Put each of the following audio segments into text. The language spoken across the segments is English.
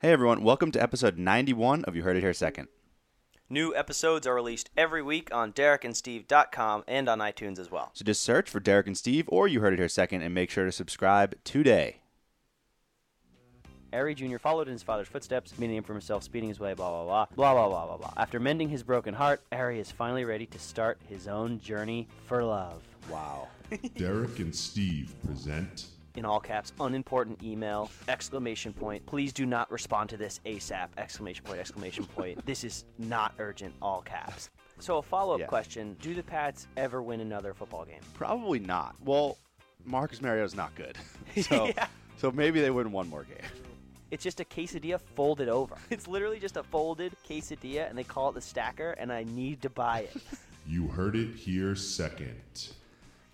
Hey everyone, welcome to episode 91 of You Heard It Here Second. New episodes are released every week on DerekandSteve.com and on iTunes as well. So just search for Derek and Steve or You Heard It Here Second and make sure to subscribe today. Harry Jr. followed in his father's footsteps, meaning him for himself, speeding his way, blah, blah, blah, blah, blah, blah, blah, blah. After mending his broken heart, Harry is finally ready to start his own journey for love. Wow. Derek and Steve present In all caps, unimportant email, exclamation point. Please do not respond to this ASAP, exclamation point, exclamation point. this is not urgent, all caps. So, a follow up Yeah. question Do the Pats ever win another football game? Probably not. Well, Marcus Mariota's not good. So Yeah. so maybe they win one more game. It's just a quesadilla folded over. It's literally just a folded quesadilla, and they call it the stacker, and I need to buy it. You Heard It Here Second.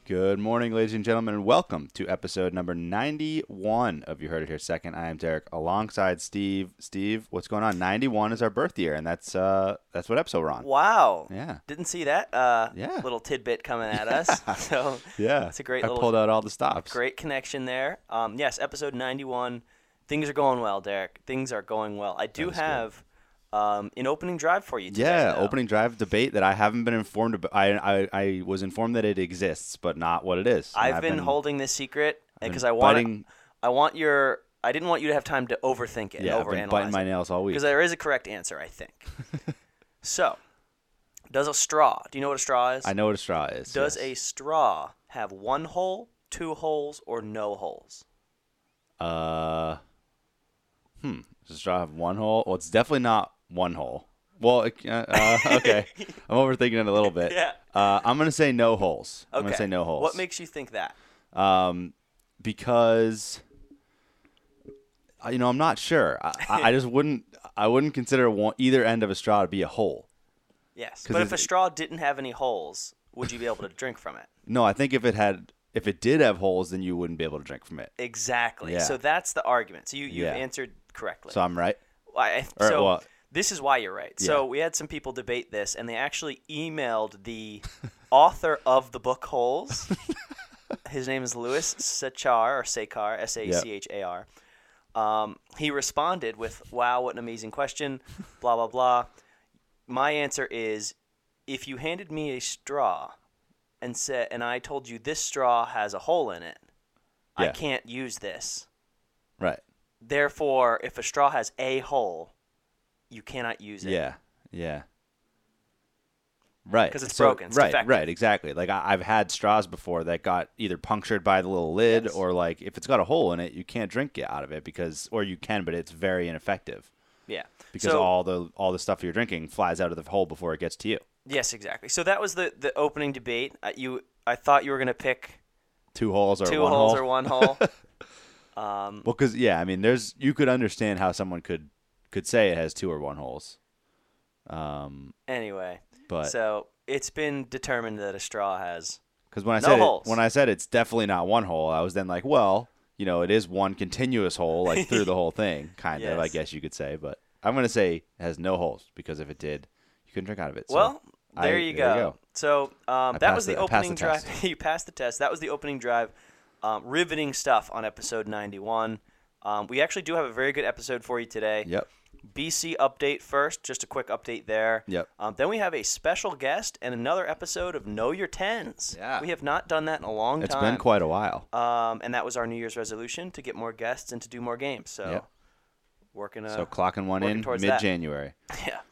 Good morning, ladies and gentlemen, and welcome to episode number 91 of You Heard It Here Second. I am Derek alongside Steve. Steve, what's going on? 91 is our birth year, and that's uh that's what episode we're on. wow. Yeah. Didn't see that uh, Yeah. little tidbit coming at us. So Yeah. it's a great I little pulled out all the stops. great connection there. Um, yes, episode 91. Things are going well, Derek. Things are going well. I do is good. have um, an opening drive for you today. Yeah, though. opening drive debate that I haven't been informed about. I, I, I was informed that it exists, but not what it is. And I've, been, holding this secret been because I want biting- I want your I didn't want you to have time to overthink it, yeah, I've over been biting my nails all week. Because there is a correct answer, I think. so, does a straw? Do you know what a straw is? I know what a straw is. Does a yes. straw have one hole, two holes, or no holes? a uh, hmm? Does a straw have one hole? Well, it's definitely not one hole. Well, it, uh, uh, okay, I'm overthinking it a little bit. Yeah. Uh, I'm gonna say no holes. I'm Okay. gonna say no holes. What makes you think that? um, because I- you know I'm not sure. I, I I just wouldn't I wouldn't consider one, either end of a straw to be a hole. Yes. 'Cause But if a it's- e-, straw didn't have any holes, would you be able to drink from it? No, I think if it had, if it did have holes, then you wouldn't be able to drink from it. Exactly. Yeah. So that's the argument. So you you Yeah. have answered correctly. So I'm right. I, I- Or, so well- this is why you're right. So we had some people debate this, and they actually emailed the author of the book Holes. His name is Louis Sachar or Sakar, S A C H A R. Um, he responded with, "Wow, what an amazing question!" Blah blah blah. My answer is, if you handed me a straw and said, and I told you this straw has a hole in it, I Yeah. can't use this. Right. Therefore, if a straw has a hole, you cannot use it. Yeah. Yeah. Right. 'Cause it's So- broken, it's right. defective. Right. Exactly. Like I, I've had straws before that got either punctured by the little lid Yes. or like if it's got a hole in it, you can't drink it out of it because, or you can, but it's very ineffective Yeah. because so, all the all the stuff you're drinking flies out of the hole before it gets to you. yes, exactly. So that was the the opening debate. Uh, you, I thought you were gonna pick Two holes or two one holes hole. or one hole. Well, because yeah, I mean, there's you could understand how someone could could say it has two or one holes. Um, anyway, But- so it's been determined that a straw has. Because when I No said holes. It, when I said it's definitely not one hole, I was then like, well, you know, it is one continuous hole, like through the whole thing, kind of. I Yes. guess you could say, but I'm gonna say it has no holes because if it did, you couldn't drink out of it. So well, I- there, you, go. So um, that passed was the, the- I passed opening the test. drive. you passed the test. That was the opening drive. Um, riveting stuff on episode 91. Um, we actually do have a very good episode for you today. Yep. BC update first, just a quick update there. Yep. Um, then we have a special guest and another episode of Know Your Tens. Yeah. We have not done that in a long It's time. been quite a while. Um, and that was our New Year's resolution to get more guests and to do more games. So Yep. working. A, So clocking one Uh, working in towards mid January. yeah.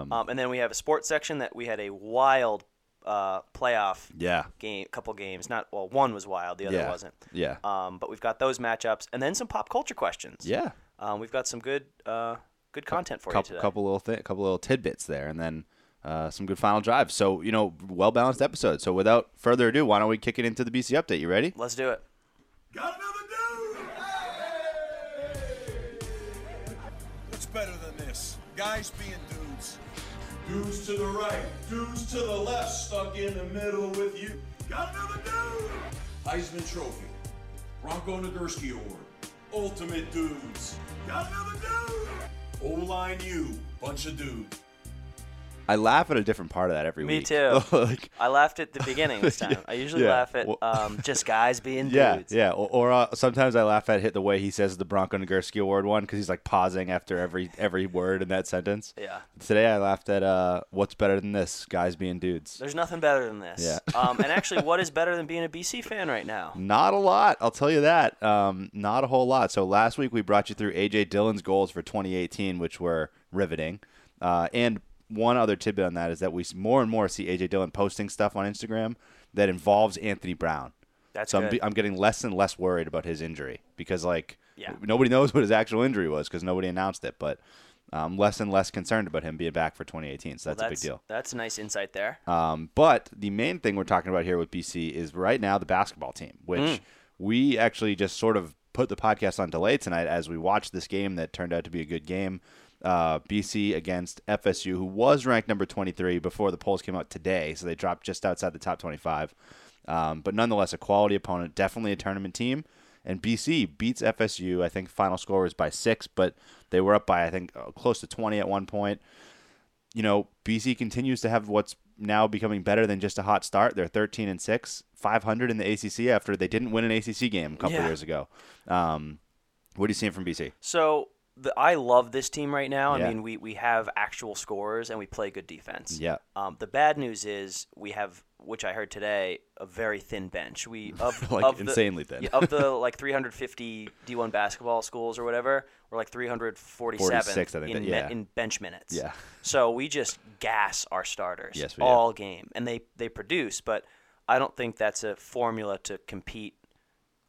Um, Um, and then we have a sports section that we had a wild uh, playoff yeah. game, couple games. Not well, one was wild, the other Yeah. wasn't. Yeah. Um, but we've got those matchups and then some pop culture questions. yeah. Um, we've got some good, uh, good content for you couple today. couple little thi- couple little tidbits there, and then uh, some good final drives. So you know, well balanced episode. So without further ado, why don't we kick it into the BC update? You ready? Let's do it. Got another dude! What's better than this? Guys being dudes. Dudes to the right, dudes to the left, stuck in the middle with you. Got another dude! Heisman Trophy, Bronco Nagurski Award, Ultimate Dudes. Got another dude! O-line U, bunch of dudes. I laugh at a different part of that every Me week. too. like, I laughed at the beginning this time. I usually Yeah. laugh at Well- um, just guys being yeah, dudes. yeah. Or, or uh, sometimes I laugh at hit the way he says the Bronco Nagurski Award one because he's like pausing after every every word in that sentence. Yeah. Today I laughed at uh, what's better than this? Guys being dudes. There's nothing better than this. Yeah. Um, and actually, what is better than being a BC fan right now? Not a lot, I'll tell you that. Um, not a whole lot. So last week we brought you through AJ Dillon's goals for 2018, which were riveting. Uh, and one other tidbit on that is that we s- more and more see AJ Dillon posting stuff on Instagram that involves Anthony Brown. That's so I'm, good. be- I'm getting less and less worried about his injury because like Yeah. nobody knows what his actual injury was because nobody announced it, but. I'm less and less concerned about him being back for 2018, so that's, a that's big deal. That's a nice insight there. Um, but the main thing we're talking about here with BC is right now the basketball team, which we actually just sort of put the podcast on delay tonight as we watched this game that turned out to be a good game. Uh, BC against FSU, who was ranked number 23 before the polls came out today, so they dropped just outside the top 25. Um, but nonetheless, a quality opponent, definitely a tournament team. And BC beats FSU. I think final score was by six, but they were up by I think uh, close to 20 at one point you know, BC continues to have what's now becoming better than just a hot start. They're 13 and 6, 500 in the ACC after they didn't win an ACC game a couple Yeah. years ago. Um, what are you seeing from BC? So the, I love this team right now. I Yeah. mean, we, we have actual scorers and we play good defense. Yeah. Um, the bad news is we have, which I heard today, a very thin bench. We of Like, of the- insanely thin. yeah, of the like 350 D1 basketball schools or whatever, we're like 347 46, I think in, that- yeah. in bench minutes. Yeah. So we just gas our starters Yes, we do. all game, and they they produce, but I don't think that's a formula to compete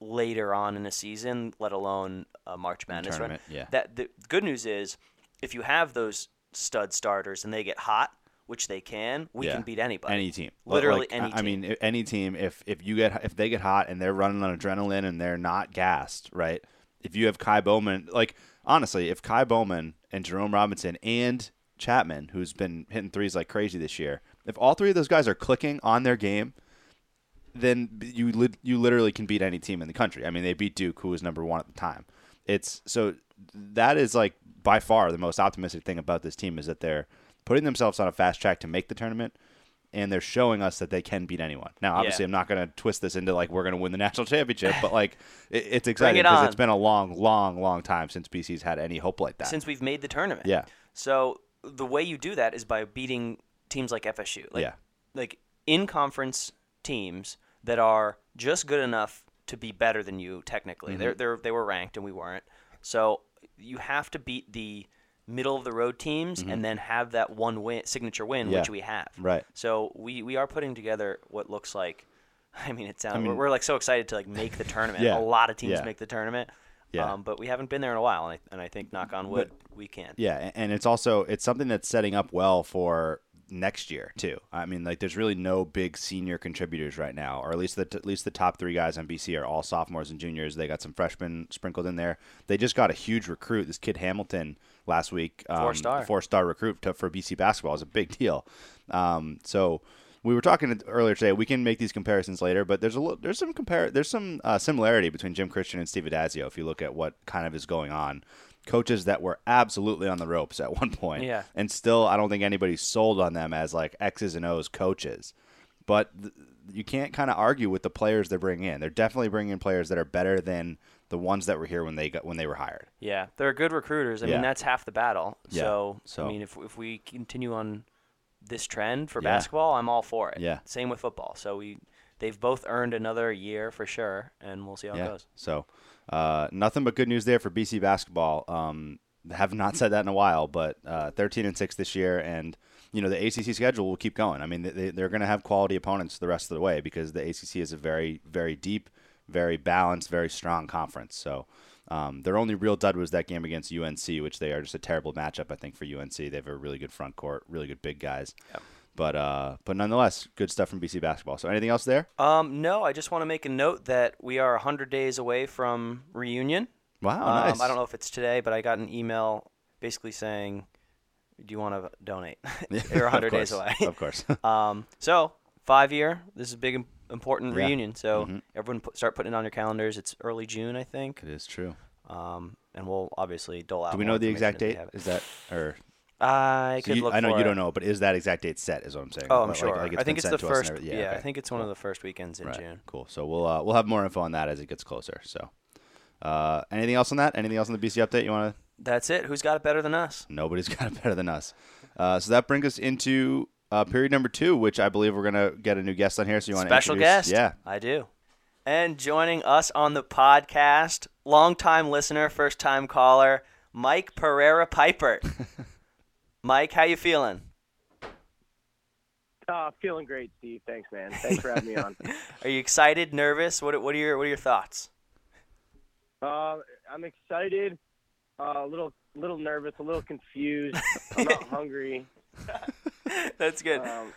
later on in a season, let alone a March Madness run. tournament, yeah. That the good news is, if you have those stud starters and they get hot, which they can, we Yeah. can beat anybody. Any team. But, Literally like, any I- team. I mean, i- any team, if, if you get if they get hot and they're running on adrenaline and they're not gassed, right? If you have Kai Bowman, like, honestly, if Kai Bowman and Jerome Robinson and Chapman, who's been hitting threes like crazy this year, if all three of those guys are clicking on their game, then you lit you literally can beat any team in the country. I mean, they beat Duke, who was number one at the time. It's so that is like by far the most optimistic thing about this team is that they're putting themselves on a fast track to make the tournament, and they're showing us that they can beat anyone. Now, obviously, Yeah. I'm not going to twist this into like we're going to win the national championship, but like it, it's exciting it because on. it's been a long, long, long time since BC's had any hope like that. since we've made the tournament. Yeah. So the way you do that is by beating teams like FSU. Like, Yeah. Like in conference teams that are just good enough to be better than you technically. Mm-hmm. They're, they're they were ranked and we weren't. So you have to beat the middle of the road teams and then have that one win signature win Mm-hmm. Yeah. which we have. Right. So we we are putting together what looks like I mean it sounds we're, we're like so excited to like make the tournament. Yeah. A lot of teams Yeah. make the tournament. Yeah. Um, but we haven't been there in a while and I, and I think knock on wood we can. Yeah, a- and it's also it's something that's setting up well for next year too. I mean, like there's really no big senior contributors right now, or at least the at least the top three guys on BC are all sophomores and juniors. They got some freshmen sprinkled in there. They just got a huge recruit, this kid Hamilton last week, um, Four-star. four star recruit to, for BC basketball is a big deal. Um, so. We were talking earlier today. We can make these comparisons later, but there's a little, there's some compare there's some uh, similarity between Jim Christian and Steve Adazio if you look at what kind of is going on. Coaches that were absolutely on the ropes at one point, Yeah. and still I don't think anybody's sold on them as like X's and O's coaches. But th- you can't kind of argue with the players they're bringing in. They're definitely bringing in players that are better than the ones that were here when they got when they were hired. Yeah, they're good recruiters. I Yeah. mean, that's half the battle. Yeah, So, so- I mean, if if we continue on this trend for Yeah. basketball, I'm all for it. Yeah. Same with football. So we they've both earned another year for sure, and we'll see how it goes. So, uh, nothing but good news there for BC basketball. Um, have not said that in a while, but uh, 13 and six this year, and you know the ACC schedule will keep going. I mean, they, they're going to have quality opponents the rest of the way because the ACC is a very, very deep, very balanced, very strong conference. So. Um, their only real dud was that game against UNC, which they are just a terrible matchup, I think, for UNC. They have a really good front court, really good big guys. But uh, but nonetheless, good stuff from BC basketball. So anything else there? Um, no, I just want to make a note that we are 100 days away from reunion. Wow, um, Oh, nice. I don't know if it's today, but I got an email basically saying, "Do you want to donate?" You're 100 Of days away. course, of course. Um, so five year. This is a big im- important Yeah. Mm-hmm. reunion. So everyone put, start putting it on your calendars. It's early June, I think. It is true. Um, and we'll obviously dole out. Do we more know the information exact as we date? have it. Is that or I So could you- look. I know for you it. don't know, but is that exact date set? Is what I'm saying. Oh, I'm Like- sure. like I think been it's the sent to us and first. everything. Yeah, I okay. think it's one of the first weekends in Right. June. Cool. So we'll uh, we'll have more info on that as it gets closer. So, uh, anything else on that? Anything else on the BC update you want to? That's it. Who's got it better than us? Nobody's got it better than us. Uh, so that brings us into uh, period number two, which I believe we're gonna get a new guest on here. So you want Special guest. Yeah. I do. And joining us on the podcast, longtime listener, first time caller, Mike Pereira Piper. Mike, how you feeling? Uh, feeling great, Steve. Thanks, man. Thanks for having me on. Are you excited? Nervous? What? What are your What are your thoughts? Uh, I'm excited, uh, a little, little nervous, a little confused. I'm not hungry. That's good. Um,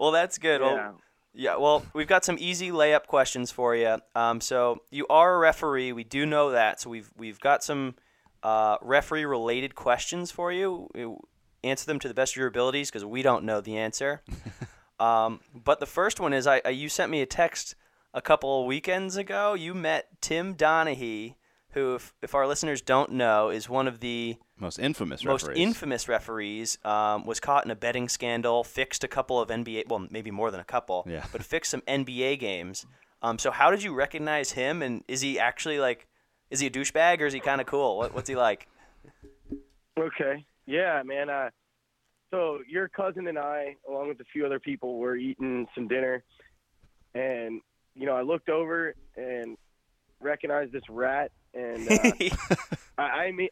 Well, that's good. Yeah. Well, yeah. Well, we've got some easy layup questions for you. Um, so you are a referee. We do know that. So we've we've got some uh, referee related questions for you. You Answer them to the best of your abilities because we don't know the answer. um, but the first one is I, I you sent me a text a couple of weekends ago. You met Tim Donahue, who if, if our listeners don't know is one of the Most infamous. most referees. infamous referees um, was caught in a betting scandal, fixed a couple of NBA, well, maybe more than a couple, Yeah. but fixed some NBA games. Um, so how did you recognize him? And is he actually like, is he a douchebag or is he kind of cool? What, what's he like? okay. Yeah, man. Uh, so your cousin and I, along with a few other people, were eating some dinner, and you know, I looked over and recognized this rat, and uh, I, I mean,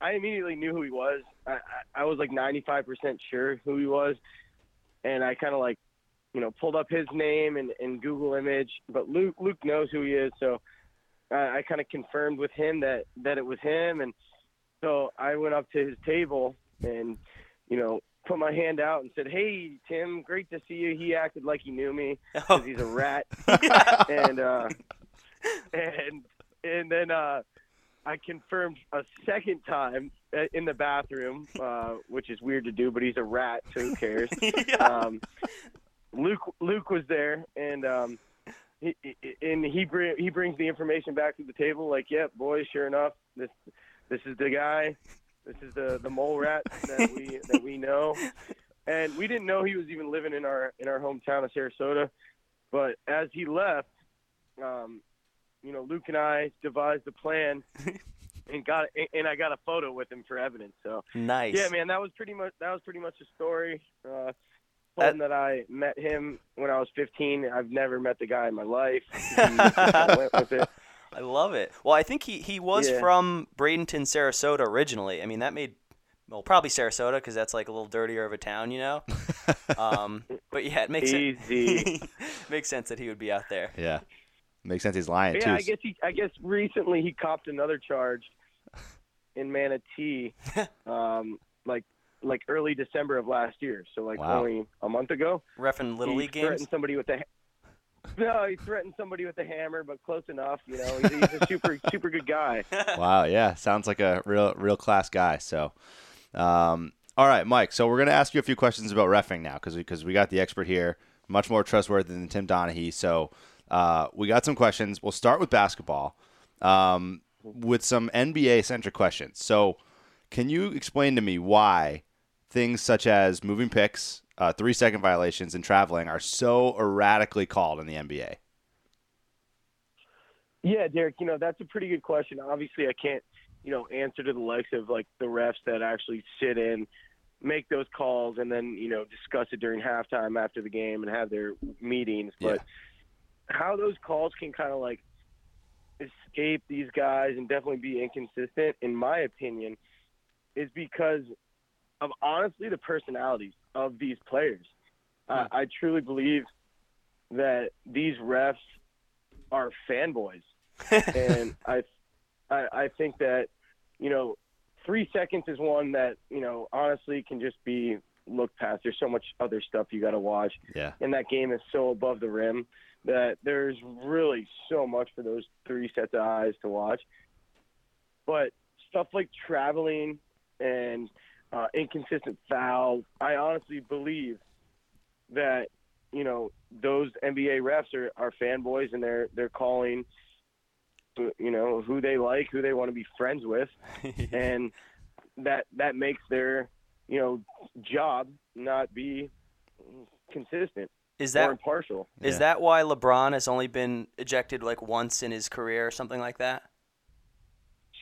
I immediately knew who he was. I, I I was like 95% sure who he was, and I kind of like, you know, pulled up his name and, and Google image. But Luke Luke knows who he is, so I, I kind of confirmed with him that that it was him, and so I went up to his table and, you know, put my hand out and said, "Hey, Tim, great to see you." He acted like he knew me because he's a rat and uh, and and then uh, I confirmed a second time uh, in the bathroom, uh, which is weird to do, but he's a rat, so who cares? um, Luke Luke was there, and um, he, he- and he br- he brings the information back to the table, like, yep, boys, sure enough, this this is the guy, this is the the mole rat that we that we know. And we didn't know he was even living in our in our hometown of Sarasota, but as he left, um, you know, Luke and I devised a plan and got and I got a photo with him for evidence. So nice. yeah, man, that was pretty much that was pretty much the story. Uh, That- told him that I met him when I was 15. I've never met the guy in my life. He went with it. I love it. Well, I think he, he was Yeah. from Bradenton, Sarasota originally. I mean, that made, well, probably Sarasota because that's like a little dirtier of a town, you know? um, but yeah, it makes, sen- Easy. makes sense that he would be out there. Yeah. Makes sense. He's lying too. Yeah, I guess he, I guess recently he copped another charge in Manatee, um, like like early December of last year. So like Wow. only a month ago. Reffing Little he League games. threatened somebody with a. ha- No, he threatened somebody with a hammer, but close enough. You know, he's, he's a super, super good guy. wow yeah sounds like a real real class guy so um, all right mike so we're going to ask you a few questions about refing now because we, 'cause we got the expert here much more trustworthy than tim donahue so uh, we got some questions we'll start with basketball um, with some nba centric questions so can you explain to me why things such as moving picks uh, three second violations and traveling are so erratically called in the nba Yeah, Derek, you know, that's a pretty good question. Obviously, I can't, you know, answer to the likes of like the refs that actually sit in, make those calls, and then, you know, discuss it during halftime after the game and have their meetings. But how those calls can kind of like escape these guys and definitely be inconsistent, in my opinion, is because of honestly the personalities of these players. I I truly believe that these refs are fanboys, and I, I, I think that you know, three seconds is one that you know honestly can just be looked past. There's so much other stuff you got to watch yeah and that game is so above the rim that there's really so much for those three sets of eyes to watch. But stuff like traveling and uh, inconsistent fouls, I honestly believe that you know those NBA refs are, are fanboys and they're they're calling you know who they like, who they want to be friends with, and that that makes their you know, job, not be consistent Is or that impartial. is Yeah. that why LeBron has only been ejected like once in his career or something like that?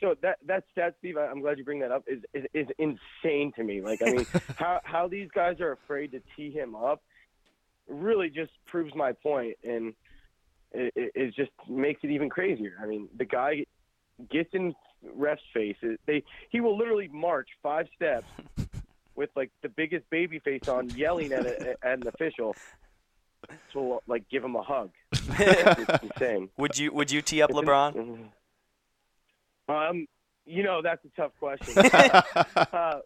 So that that stat, Steve, I- I'm glad you bring that up. Is is, is insane to me. Like, I mean, how how these guys are afraid to tee him up really just proves my point, and it, it, it just makes it even crazier. I mean, the guy gets in ref's face. It- They he will literally march five steps with like the biggest baby face on, yelling at, a, at an official to like give him a hug. It's insane. Would you would you tee up LeBron? Um, you know that's a tough question. uh,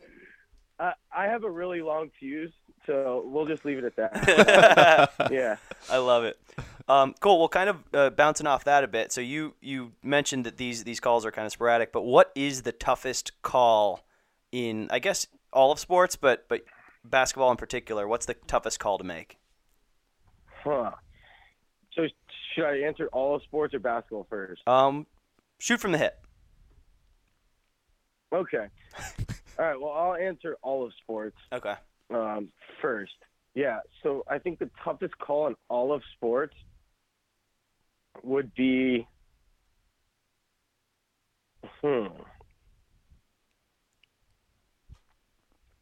I I have a really long fuse, so we'll just leave it at that. yeah. I love it. Um, cool. Well, kind of uh, bouncing off that a bit. So you you mentioned that these these calls are kind of sporadic, but what is the toughest call in I guess all of sports, but but basketball in particular? What's the toughest call to make? Huh. So should I answer all of sports or basketball first? Um, shoot from the hip. Okay. All right. Well, I'll answer all of sports Okay. um, first. Yeah. So I think the toughest call in all of sports would be. Hmm.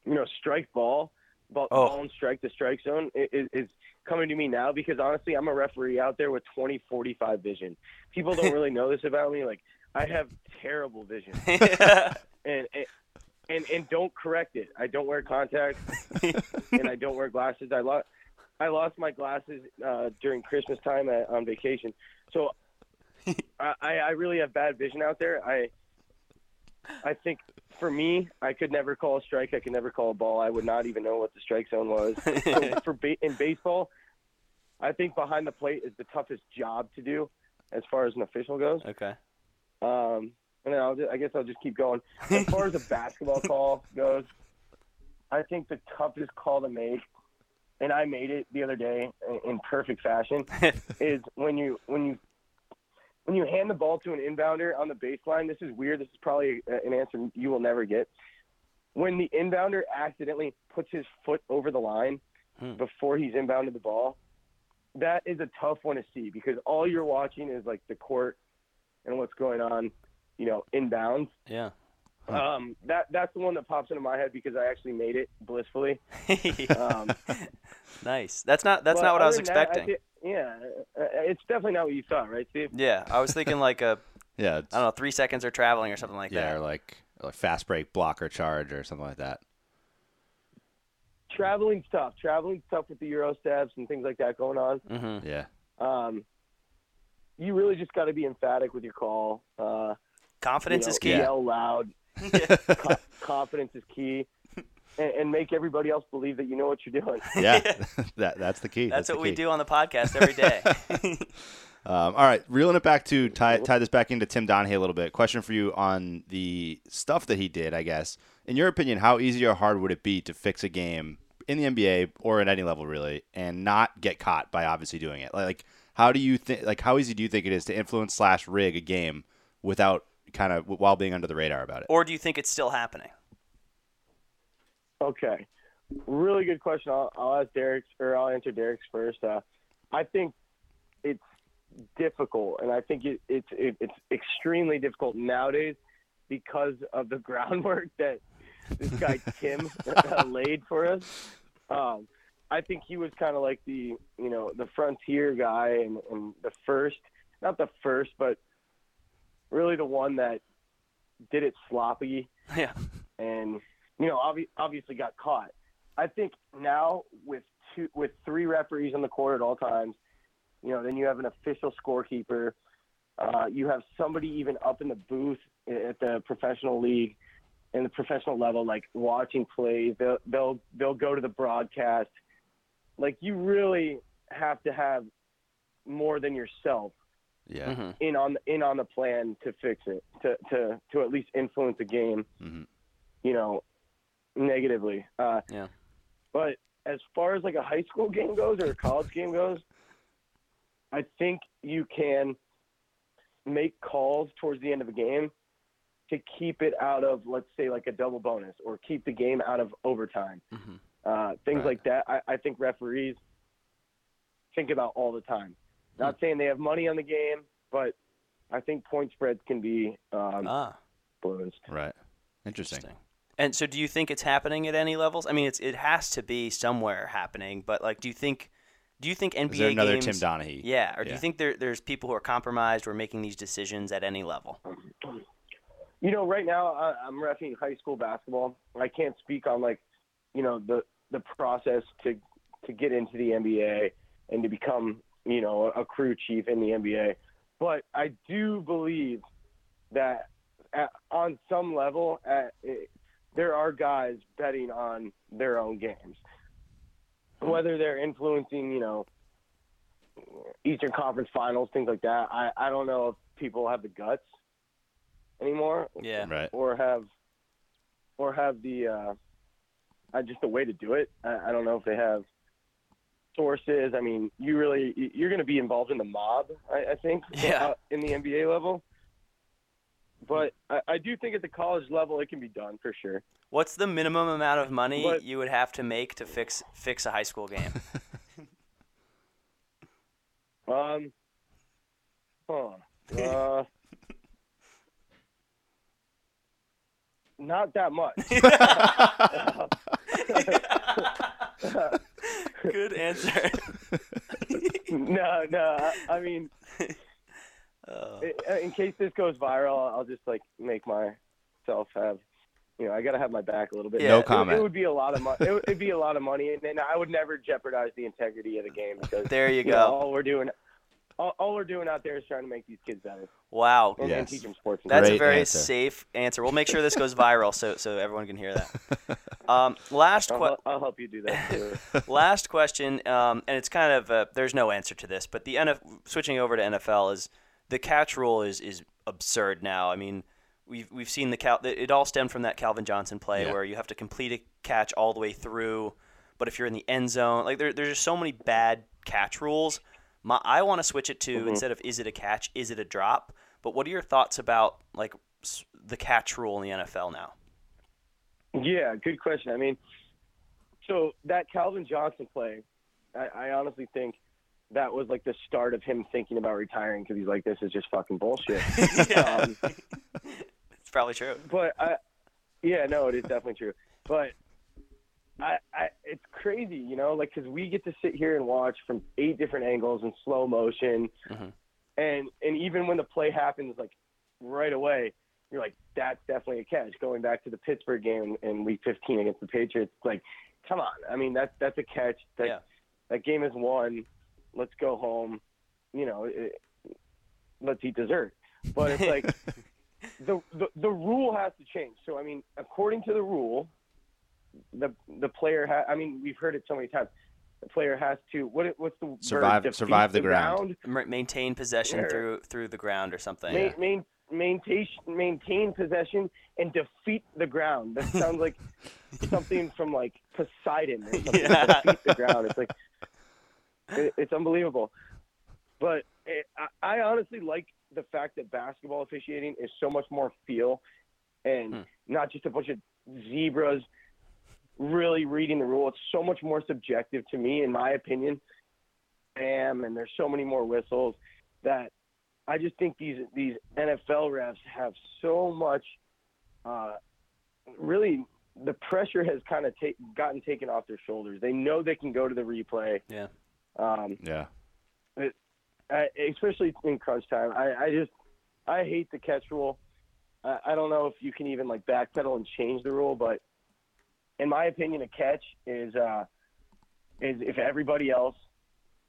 You know, strike ball, ball, Oh. ball and strike the strike zone i- i- is coming to me now because honestly, I'm a referee out there with 20 45 vision. People don't really know this about me. Like, I have terrible vision and and- and and don't correct it. I don't wear contacts and I don't wear glasses. I lost I lost my glasses uh, during Christmas time at, on vacation, so I, I I really have bad vision out there. I I think for me, I could never call a strike. I could never call a ball. I would not even know what the strike zone was. So for ba- in baseball, I think behind the plate is the toughest job to do as far as an official goes. okay. Um, and then I'll just, I guess I'll just keep going. As far as the basketball call goes, I think the toughest call to make, and I made it the other day in, in perfect fashion, is when you when you when you hand the ball to an inbounder on the baseline. This is weird. This is probably uh, an answer you will never get. When the inbounder accidentally puts his foot over the line before he's inbounded the ball, that is a tough one to see because all you're watching is like the court and what's going on, you know, inbounds. Yeah. Hmm. Um, that that's the one that pops into my head because I actually made it blissfully. Um, nice. That's not that's but not what I was other than that, expecting. thi- yeah, uh, uh, it's definitely not what you thought, right, Steve? yeah, I was thinking like a Yeah. it's- I don't know three seconds or traveling or something like yeah, that. or like or like fast break blocker charge or something like that. Traveling's tough. Traveling's tough with the Euro steps and things like that going on. Mm-hmm. Mm. Yeah. Um, you really just got to be emphatic with your call. Uh, you Confidence know, is key. Yell loud. Co- confidence is key, and, and make everybody else believe that you know what you're doing. Yeah. that that's the key. That's the what we key. do on the podcast every day. Um, all right, reeling it back to tie, tie this back into Tim Donahue a little bit. Question for you on the stuff that he did, I guess. In your opinion, how easy or hard would it be to fix a game in the NBA or at any level really, and not get caught by obviously doing it? Like, how do you think? Like, how easy do you think it is to influence slash rig a game without kind of while being under the radar about it? or do you think it's still happening? Okay. Really good question. I'll, I'll ask Derek's or I'll answer Derek's first. Uh, I think it's difficult, and I think it, it's it, it's extremely difficult nowadays because of the groundwork that this guy Tim uh, laid for us. Um, I think he was kind of like the you know the frontier guy and, and the first, not the first, but really the one that did it sloppy Yeah. and you know obvi- obviously got caught. I think now with two with three referees on the court at all times, you know, then you have an official scorekeeper. Uh, you have somebody even up in the booth at the professional league and the professional level, like watching plays. They'll they'll they'll go to the broadcast. Like you really have to have more than yourself Yeah, Mm-hmm. in on in on the plan to fix it to to to at least influence the game Mhm. you know negatively uh Yeah. but as far as like a high school game goes or a college game goes i think you can make calls towards the end of a game to keep it out of, let's say, like a double bonus or keep the game out of overtime. Mhm. Uh, things Right. like that. I, I think referees think about all the time. Not saying they have money on the game, but I think point spreads can be um, Ah, influenced. Right. Interesting. interesting. And so, do you think it's happening at any levels? I mean, it's it has to be somewhere happening, but like, do you think, do you think NBA Is there another games? Tim Donahue? Yeah, or do Yeah. you think there there's people who are compromised or making these decisions at any level? You know, right now I, I'm refing high school basketball. I can't speak on like, you know, the the process to to get into the NBA and to become, you know, a crew chief in the NBA. But I do believe that at, on some level, at, it, there are guys betting on their own games, whether they're influencing, you know, Eastern Conference Finals, things like that. I I don't know if people have the guts anymore Yeah. Right. or have or have the uh, uh, just the way to do it. I, I don't know if they have sources. I mean, you really y- you're going to be involved in the mob, I, I think, Yeah. uh, in the NBA level. But I, I do think at the college level it can be done for sure. What's the minimum amount of money But- you would have to make to fix fix a high school game? Um, huh. Uh, not that much. Good answer. no, no. I, I mean, Oh. I- uh, in case this goes viral, I'll just like make myself have, you know, I gotta have my back a little bit. Yeah. No It- It, comment. would be a lot of money. it would it'd be a lot of money, and then I would never jeopardize the integrity of the game because There you know, go. all we're doing, all, all we're doing out there is trying to make these kids better Wow. and, and Yes. teach them sports. and That's Great a very answer. safe answer. We'll make sure this goes viral so so everyone can hear that. Um, last stuff. I'll, question. hel- I'll help you do that. Too. Last question, um, and it's kind of uh there's no answer to this, but the NF, switching over to NFL is the catch rule is is absurd now. I mean, we've we've seen the Cal, it all stemmed from that Calvin Johnson play Yeah. where you have to complete a catch all the way through, but if you're in the end zone, like there, there's just so many bad catch rules. My, I want to switch it Mm-hmm. to instead of is it a catch, is it a drop? But what are your thoughts about like s- the catch rule in the NFL now? Yeah, good question. I mean, so that Calvin Johnson play, I, I honestly think that was like the start of him thinking about retiring because he's like, this is just fucking bullshit. um, It's probably true. but I, yeah, no, it is definitely true. But I, I, it's crazy, you know, like because we get to sit here and watch from eight different angles in slow motion, Mhm. and and even when the play happens, like right away, you're like, that's definitely a catch. Going back to the Pittsburgh game in Week 15 against the Patriots, like, come on, I mean that's that's a catch. That Yeah. that game is won. Let's go home. You know, it, let's eat dessert. But it's like the, the the rule has to change. So I mean, according to the rule, the the player. Ha- I mean, we've heard it so many times. The player has to what? it- What's the verb? Survive- Defeat survive the ground. Ma- Maintain possession Sure. through through the ground or something. main, main, maintain maintain possession and defeat the ground. That sounds like something from like Poseidon or something. Yeah. Defeat the ground. It's like it, it's unbelievable. But it, I, I honestly like the fact that basketball officiating is so much more feel and Hmm. not just a bunch of zebras really reading the rule. It's so much more subjective to me, in my opinion. Bam, and there's so many more whistles that I just think these these NFL refs have so much. Uh, really, the pressure has kind of ta- gotten taken off their shoulders. They know they can go to the replay. Yeah. Um, Yeah. I, uh, especially in crunch time. I, I just I hate the catch rule. I, I don't know if you can even like backpedal and change the rule, but in my opinion, a catch is uh, is if everybody else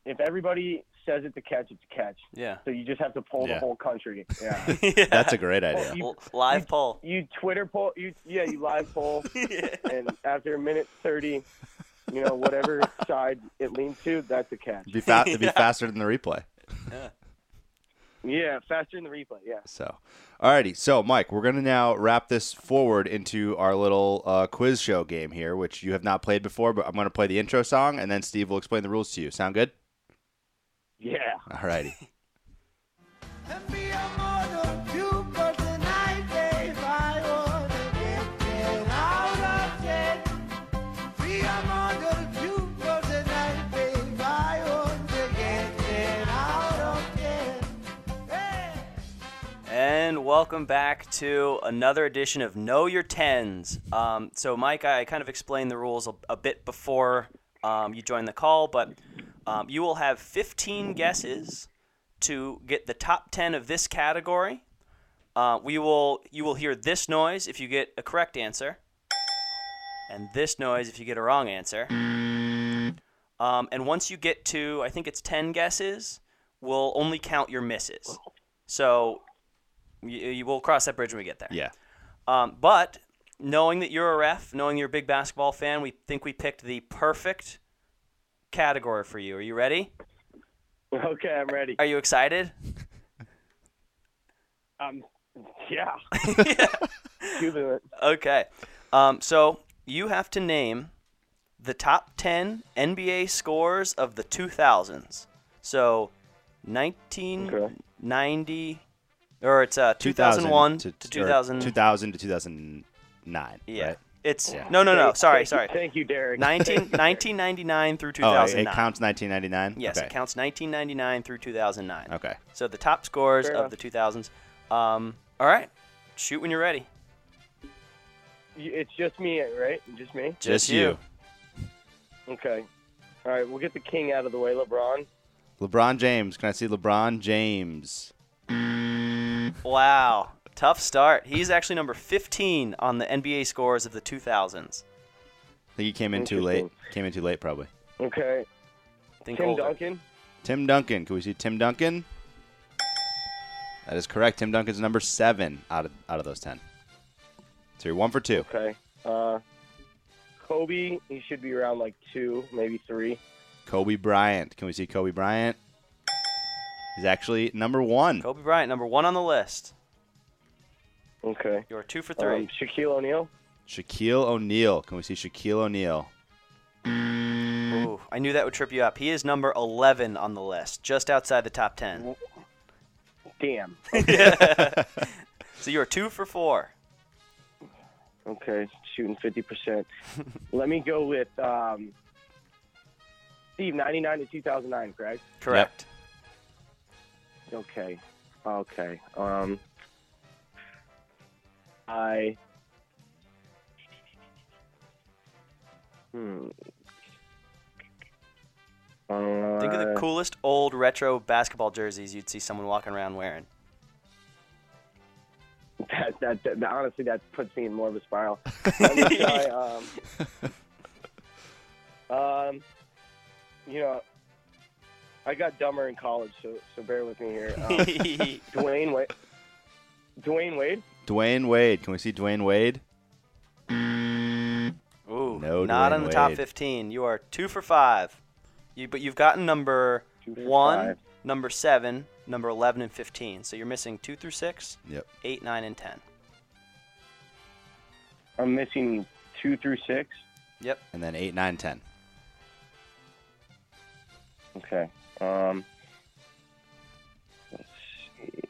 if everybody says it's a catch, it's a catch. Yeah. So you just have to poll Yeah. the whole country. Yeah. yeah. That's a great idea. Well, you- L- live poll. you Twitter poll. You yeah, you live poll, and after a minute thirty, you know whatever side it leans to, that's a catch. It'd be, fa- it'd be faster than the replay. Yeah, faster than the replay. Yeah. So, alrighty. So, Mike, we're gonna now wrap this forward into our little uh, quiz show game here, which you have not played before. But I'm gonna play the intro song, and then Steve will explain the rules to you. Sound good? Yeah. Alrighty. And be a model, you but tonight, babe, I welcome back to another edition of Know Your Tens. Um, so, Mike, I kind of explained the rules a, a bit before um, you joined the call, but um, you will have 15 guesses to get the top 10 of this category. Uh, we will you will hear this noise if you get a correct answer, and this noise if you get a wrong answer. Um, and once you get to, I think it's 10 guesses, we'll only count your misses. So you, you will cross that bridge when we get there. Yeah. Um, but knowing that you're a ref, knowing you're a big basketball fan, we think we picked the perfect category for you. Are you ready? Okay, I'm ready. Are you excited? Um, yeah. You do it. Okay. Um, so you have to name the top 10 NBA scores of the 2000s. So 1990, or it's uh, 2001 to, or 2000. 2000 to 2009. yeah. right? Oh, It's no, Oh, no, no. Sorry, Thank you- sorry. Thank you, Derek. 19, 1999 through Oh, 2009. it- it counts 1999. Yes, okay. it counts 1999 through 2009. Okay. So the top scores Fair of enough. the 2000s. Um, all right, shoot when you're ready. You- It's just me, right? Just me. Just you. Okay. All right, we'll get the king out of the way, LeBron. LeBron James. Can I see LeBron James? Wow, tough start. He's actually number 15 on the NBA scores of the 2000s. I think he came in too late. Came in too late, probably. Okay. Think Tim older. Duncan. Tim Duncan. Can we see Tim Duncan? That is correct. Tim Duncan's number seven out of out of those ten. So you're one for two. Okay. Uh, Kobe, he should be around like two, maybe three. Kobe Bryant. Can we see Kobe Bryant? He's actually number one. Kobe Bryant, number one on the list. Okay. You're two for three. Um, Shaquille O'Neal. Shaquille O'Neal. Can we see Shaquille O'Neal? Ooh, I knew that would trip you up. He is number 11 on the list, just outside the top 10. Damn. So you're two for four. Okay, shooting 50%. Let me go with um, Steve, 99 to 2009, correct? Correct. Okay. Okay. Um, I. Hmm. Uh, Think of the coolest old retro basketball jerseys you'd see someone walking around wearing. that, that, that, honestly, that puts me in more of a spiral. Let me try, um, um, you know, I got dumber in college, so so bear with me here. Um, Dwayne Wade. Dwayne Wade. Dwayne Wade. Can we see Dwayne Wade? Ooh, No not Dwayne on the top Wade. 15. You are two for five. You, but you've gotten number Two for one, five. number seven, number 11, and 15. So you're missing two through six, Yep. eight, nine, and 10. I'm missing two through six. Yep. And then eight, nine, ten. Okay. Um, let's see.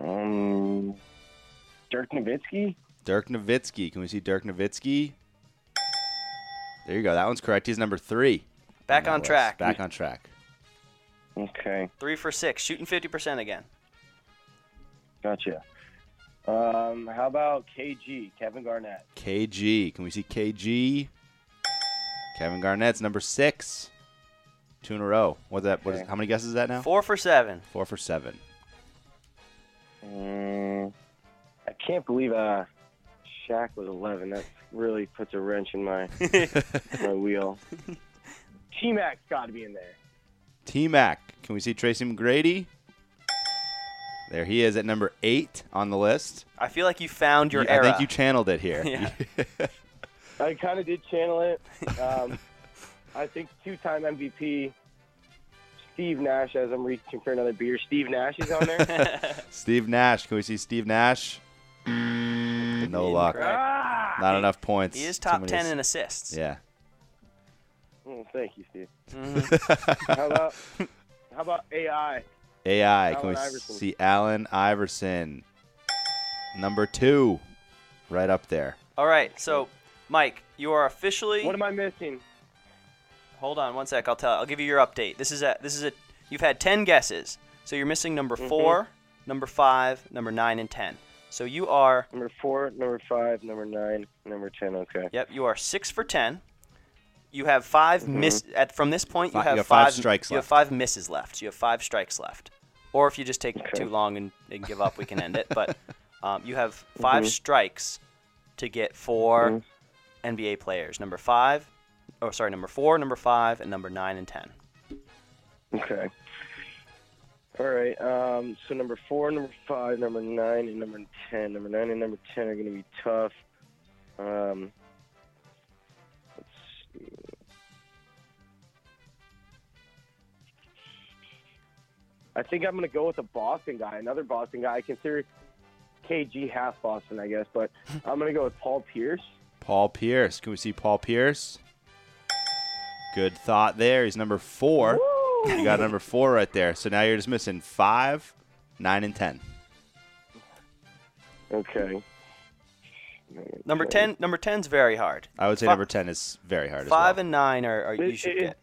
Um, Dirk Nowitzki. Dirk Nowitzki. Can we see Dirk Nowitzki? There you go. That one's correct. He's number three. Back that on list. track. Back on track. Okay, Three for six, shooting 50% again. gotcha. Um, how about KG, Kevin Garnett? KG. Can we see KG? Kevin Garnett's number six. Two in a row. What's that? What is, Okay. how many guesses is that now? Four for seven. Four for seven. Mm, I can't believe uh, Shaq was 11. That really puts a wrench in my my wheel. T Mac's got to be in there. T Mac. Can we see Tracy McGrady? There he is at number eight on the list. I feel like you found your You- era. I think you channeled it here. Yeah. I kind of did channel it. Um, I think two-time MVP Steve Nash, as I'm reaching for another beer, Steve Nash is on there. Steve Nash. Can we see Steve Nash? No luck. Incorrect. ah! Not enough points. Mm, He is Too top many 10 ass- in assists. Yeah. Oh, thank you, Steve. how about how about AI? AI. Can we Allen Iverson. see Allen Iverson? Number two, right up there. All right, so Mike, you are officially. What am I missing? Hold on one Mm-hmm. sec. I'll tell. I'll give you your update. This is a. This is a. You've had ten guesses, so you're missing number four, number five, number nine, and ten. So you are, Number four, number five, number nine, number ten. Okay. yep, you are six for ten. You have 5 miss at from this point. You Mm-hmm. Fi- have, you have five strikes You have left. five misses left. You have five strikes left. Or if you just take too long and, and give up, we can end it. But um, you have Mm-hmm. 5 strikes to get 4 NBA players. Number five, oh sorry, number four, number five, and number nine and ten. Okay. All right. Um, so number four, number five, number nine, and number ten. Number nine and number ten are going to be tough. Um, let's see. I think I'm going to go with a Boston guy, another Boston guy. I consider KG half Boston, I guess, but I'm going to go with Paul Pierce. Paul Pierce. Can we see Paul Pierce? Good thought there. He's number four. You got number four right there. So now you're just missing five, nine, and ten. Okay. Number ten, number ten's very hard. I would say Fi- number ten is very hard. Five as and nine are, are you It- should it- get.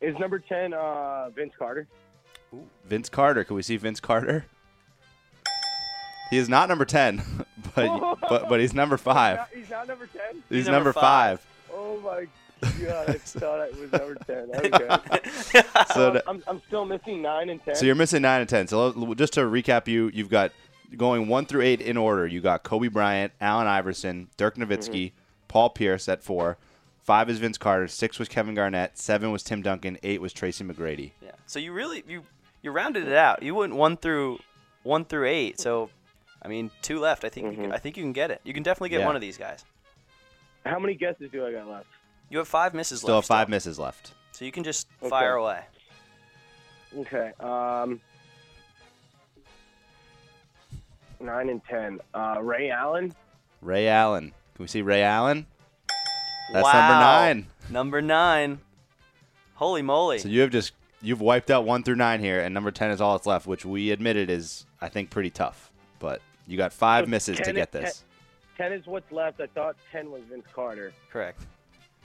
Is number ten uh, Vince Carter? well. Vince Carter. Can we see Vince Carter? He is not number ten, but but but he's number five. He's not number ten. He's, He's number, number five. Oh my god! I thought I was number ten. Okay. So th- I'm, I'm still missing nine and ten. So you're missing nine and ten. So l- just to recap, you you've got going one through eight in order. You got Kobe Bryant, Allen Iverson, Dirk Nowitzki, Mm-hmm. Paul Pierce at four. Five is Vince Carter. Six was Kevin Garnett. Seven was Tim Duncan. Eight was Tracy McGrady. Yeah. So you really you you rounded it out. You went one through one through eight. So I mean, two left. I think you Mm-hmm. can, I think you can get it. You can definitely get Yeah. one of these guys. How many guesses do I got left? You have five misses Still have left. five misses left. So you can just fire away. Okay. Um. Nine and ten. Uh, Ray Allen. Ray Allen. Can we see Ray Allen? That's number Wow. nine. Number nine. Holy moly! So you have just you've wiped out one through nine here, and number ten is all that's left, which we admitted is I think pretty tough. But you got five So misses to 10 get is- this. Ten is what's left. I thought ten was Vince Carter. Correct.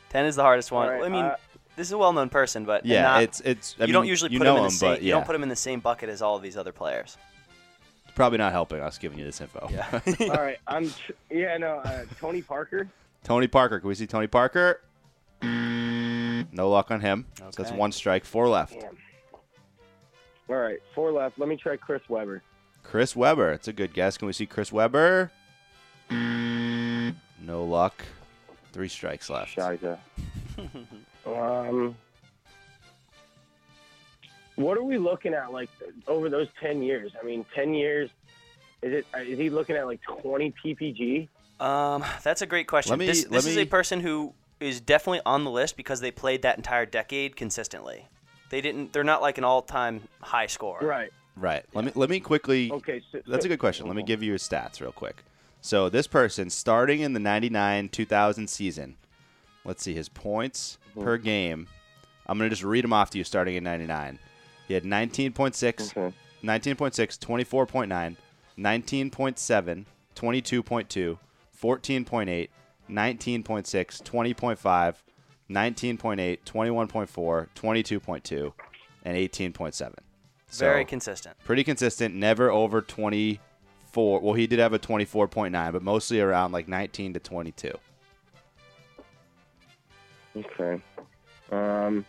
Ten is the hardest one. All right, I mean, uh, this is a well-known person, but and Yeah, not- it's it's. I you don't mean, usually you put know him in the same. but yeah. You don't put him in the same bucket as all of these other players. Probably not helping us giving you this info. Yeah. All right. I'm. Tr- yeah. No. Uh, Tony Parker. Tony Parker. Can we see Tony Parker? No luck on him. So that's Okay. one strike, four left. Damn. All right. Four left. Let me try Chris Webber. Chris Webber. It's a good guess. Can we see Chris Webber? No luck. Three strikes left. Shiza. um, what are we looking at like over those ten years? I mean, ten years. Is it? uh, Is he looking at like twenty PPG? Um, that's a great question. Let me- this let this is me- a person who is definitely on the list because they played that entire decade consistently. They didn't. They're not like an all-time high scorer. Right. Right. Let me let me quickly Okay. So, That's a good question. Let me give you his stats real quick. So this person starting in the 99-2000 season. Let's see his points Mm-hmm. per game. I'm going to just read them off to you starting in 99. He had 19.6, 19.6, 24.9, 19.7, 22.2, 14.8, 19.6, 20.5, 19.8, 21.4, 22.2, and 18.7. So- Very consistent. pretty consistent, never over 24. Well, he did have a 24.9, but mostly around like 19 to 22. Okay. Um,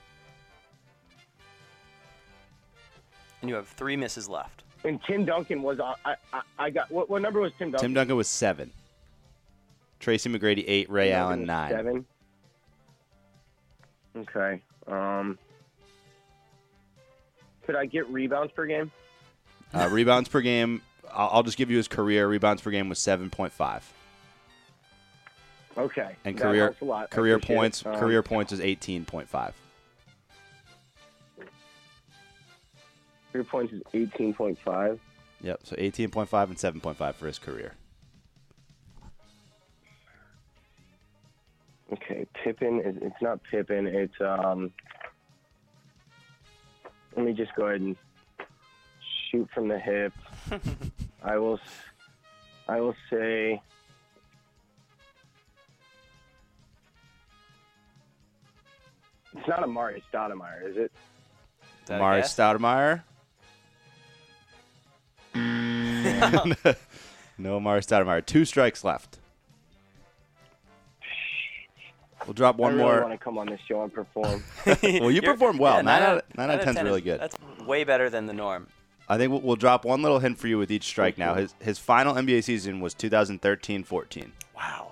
And you have three misses left. and Tim Duncan was on. I, I, I got what, what number was Tim Duncan? Tim Duncan was seven. Tracy McGrady, eight. Ray Tim Duncan Allen, was nine. Seven. Okay. Um, could I get rebounds per game? Uh, rebounds per game, I'll, I'll just give you his career. Rebounds per game was 7.5. Okay. And That career helps a lot. I career appreciate it. points Um, career points was 18.5. Career points is eighteen point five. Yep, so 18.5 and 7.5 for his career. Okay, Pippin is it's not Pippin, it's um let me just go ahead and shoot from the hip. I will s- I will say It's not Amari Stoudemire, is it? Is that a Amari guess? Stoudemire. no. No Amari Stoudemire. Two strikes left. We'll drop one I really more. want to come on this show and perform. Well, you You're- performed well. yeah, nine, out of, nine out of ten's is- really good. That's way better than the norm. I think we'll, we'll drop one little hint for you with each strike now. His his final NBA season was 2013-14. Wow.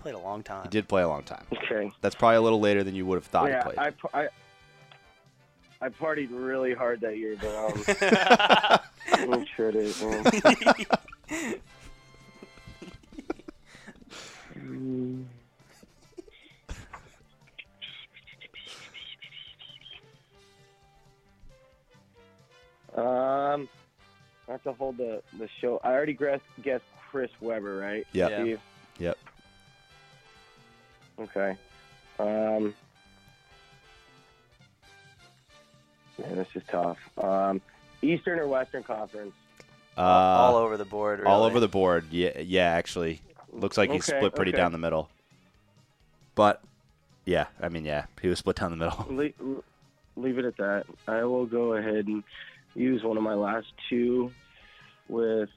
Played a long time. He did play a long time. okay. That's probably a little later than you would have thought he yeah, played. I, par- I I partied really hard that year, but um, I'm sure it is. Man. um, I have to hold the the show. I already guessed, guessed Chris Webber, right? Yep. Yeah. Steve? Yep. Okay. Um, man, this is tough. Um, Eastern or Western Conference? Uh, all over the board. Really. all over the board. Yeah, yeah. Actually, looks like he's Okay, split pretty okay. down the middle. But yeah, I mean, yeah, he was split down the middle. Le- leave it at that. I will go ahead and use one of my last two with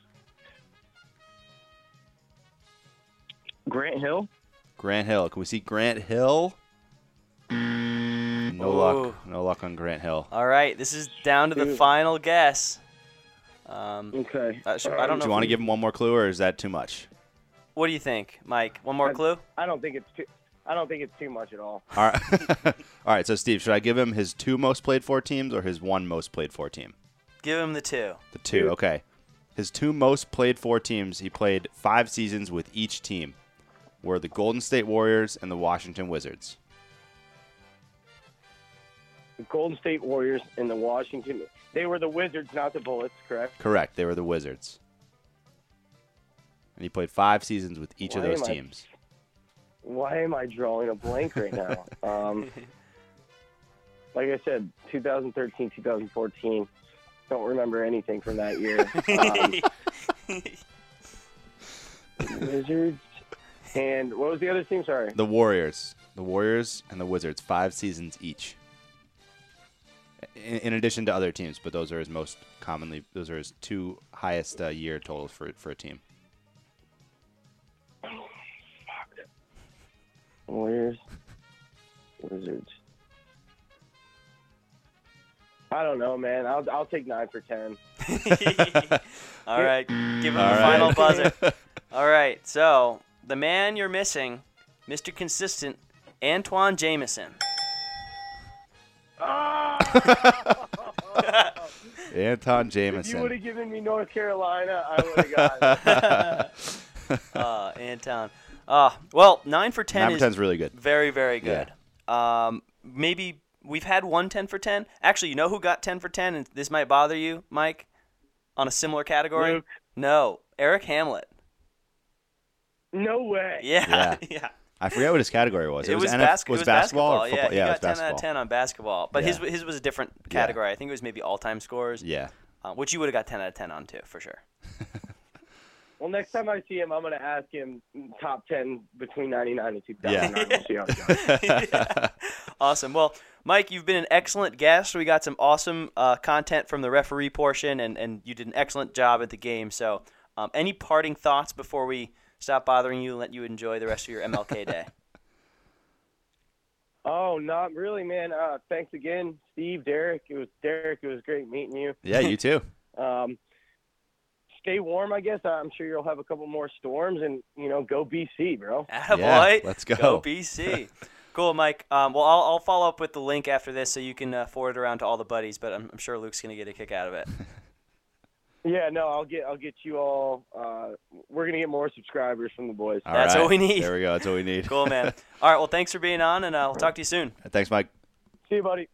Grant Hill. Grant Hill. Can we see Grant Hill? No Ooh. luck. No luck on Grant Hill. All right. This is down to the Dude. final guess. Um, Okay. Uh, sure, I don't Do know. you want to give him one more clue, or is that too much? what do you think, Mike? One more clue? I don't think it's too. I don't think it's too much at all. All right. all right. So, Steve, should I give him his two most played four teams or his one most played four team? Give him the two. The two. Okay. His two most played four teams, he played five seasons with each team, were the Golden State Warriors and the Washington Wizards. The Golden State Warriors and the Washington. They were the Wizards, not the Bullets, correct? Correct. They were the Wizards. And he played five seasons with each of Why those am I- teams. Why am I drawing a blank right now? um, like I said, 2013, 2014. Don't remember anything from that year. Um, Wizards and what was the other team? Sorry. The Warriors. The Warriors and the Wizards, five seasons each. In, in addition to other teams, but those are his most commonly, those are his two highest uh, year totals for, for a team. Warriors. Wizards. I don't know, man. I'll, I'll take nine for ten. All right. Give him All right. the final buzzer. All right. So, the man you're missing, Mr. Consistent, Antoine Jameson. Anton If you would Jameson. have given me North Carolina, I would have gotten. it. Uh, Anton. Uh, well, 9 for 10 Nine is for 10's really good. very, very good. Um, maybe we've had one 10 for 10. Actually, you know who got 10 for 10? And this might bother you, Mike, on a similar category? Luke. No. Eric Hamlet. No way. Yeah. Yeah. I forget what his category was. It was, NF bas- was it was basketball, basketball. or football. Yeah, he it was got 10 out basketball. of 10 on basketball. But his, Yeah. his was a different category. I think it was maybe all-time scores, Yeah. uh, which you would have got 10 out of 10 on too, for sure. Well, next time I see him, I'm going to ask him top 10 between 99 and 2009. We'll see how it goes. Awesome. Well, Mike, you've been an excellent guest. We got some awesome uh, content from the referee portion, and, and you did an excellent job at the game. So, um, any parting thoughts before we stop bothering you and let you enjoy the rest of your MLK day? Oh, not really, man. Uh, thanks again, Steve, Derek. It was Derek. It was great meeting you. Yeah, you too. Um, stay warm, I guess. I'm sure you'll have a couple more storms, and you know, go BC, bro. Attaboy. let's go. Go BC. cool, Mike. Um, well, I'll, I'll follow up with the link after this so you can uh, forward it around to all the buddies, but I'm, I'm sure Luke's going to get a kick out of it. Yeah, no, I'll get I'll get you all. Uh, we're gonna get more subscribers from the boys. All That's what right. we need. There we go. That's what we need. Cool, man. all right. Well, thanks for being on, and uh, I'll talk to you soon. Thanks, Mike. See you, buddy.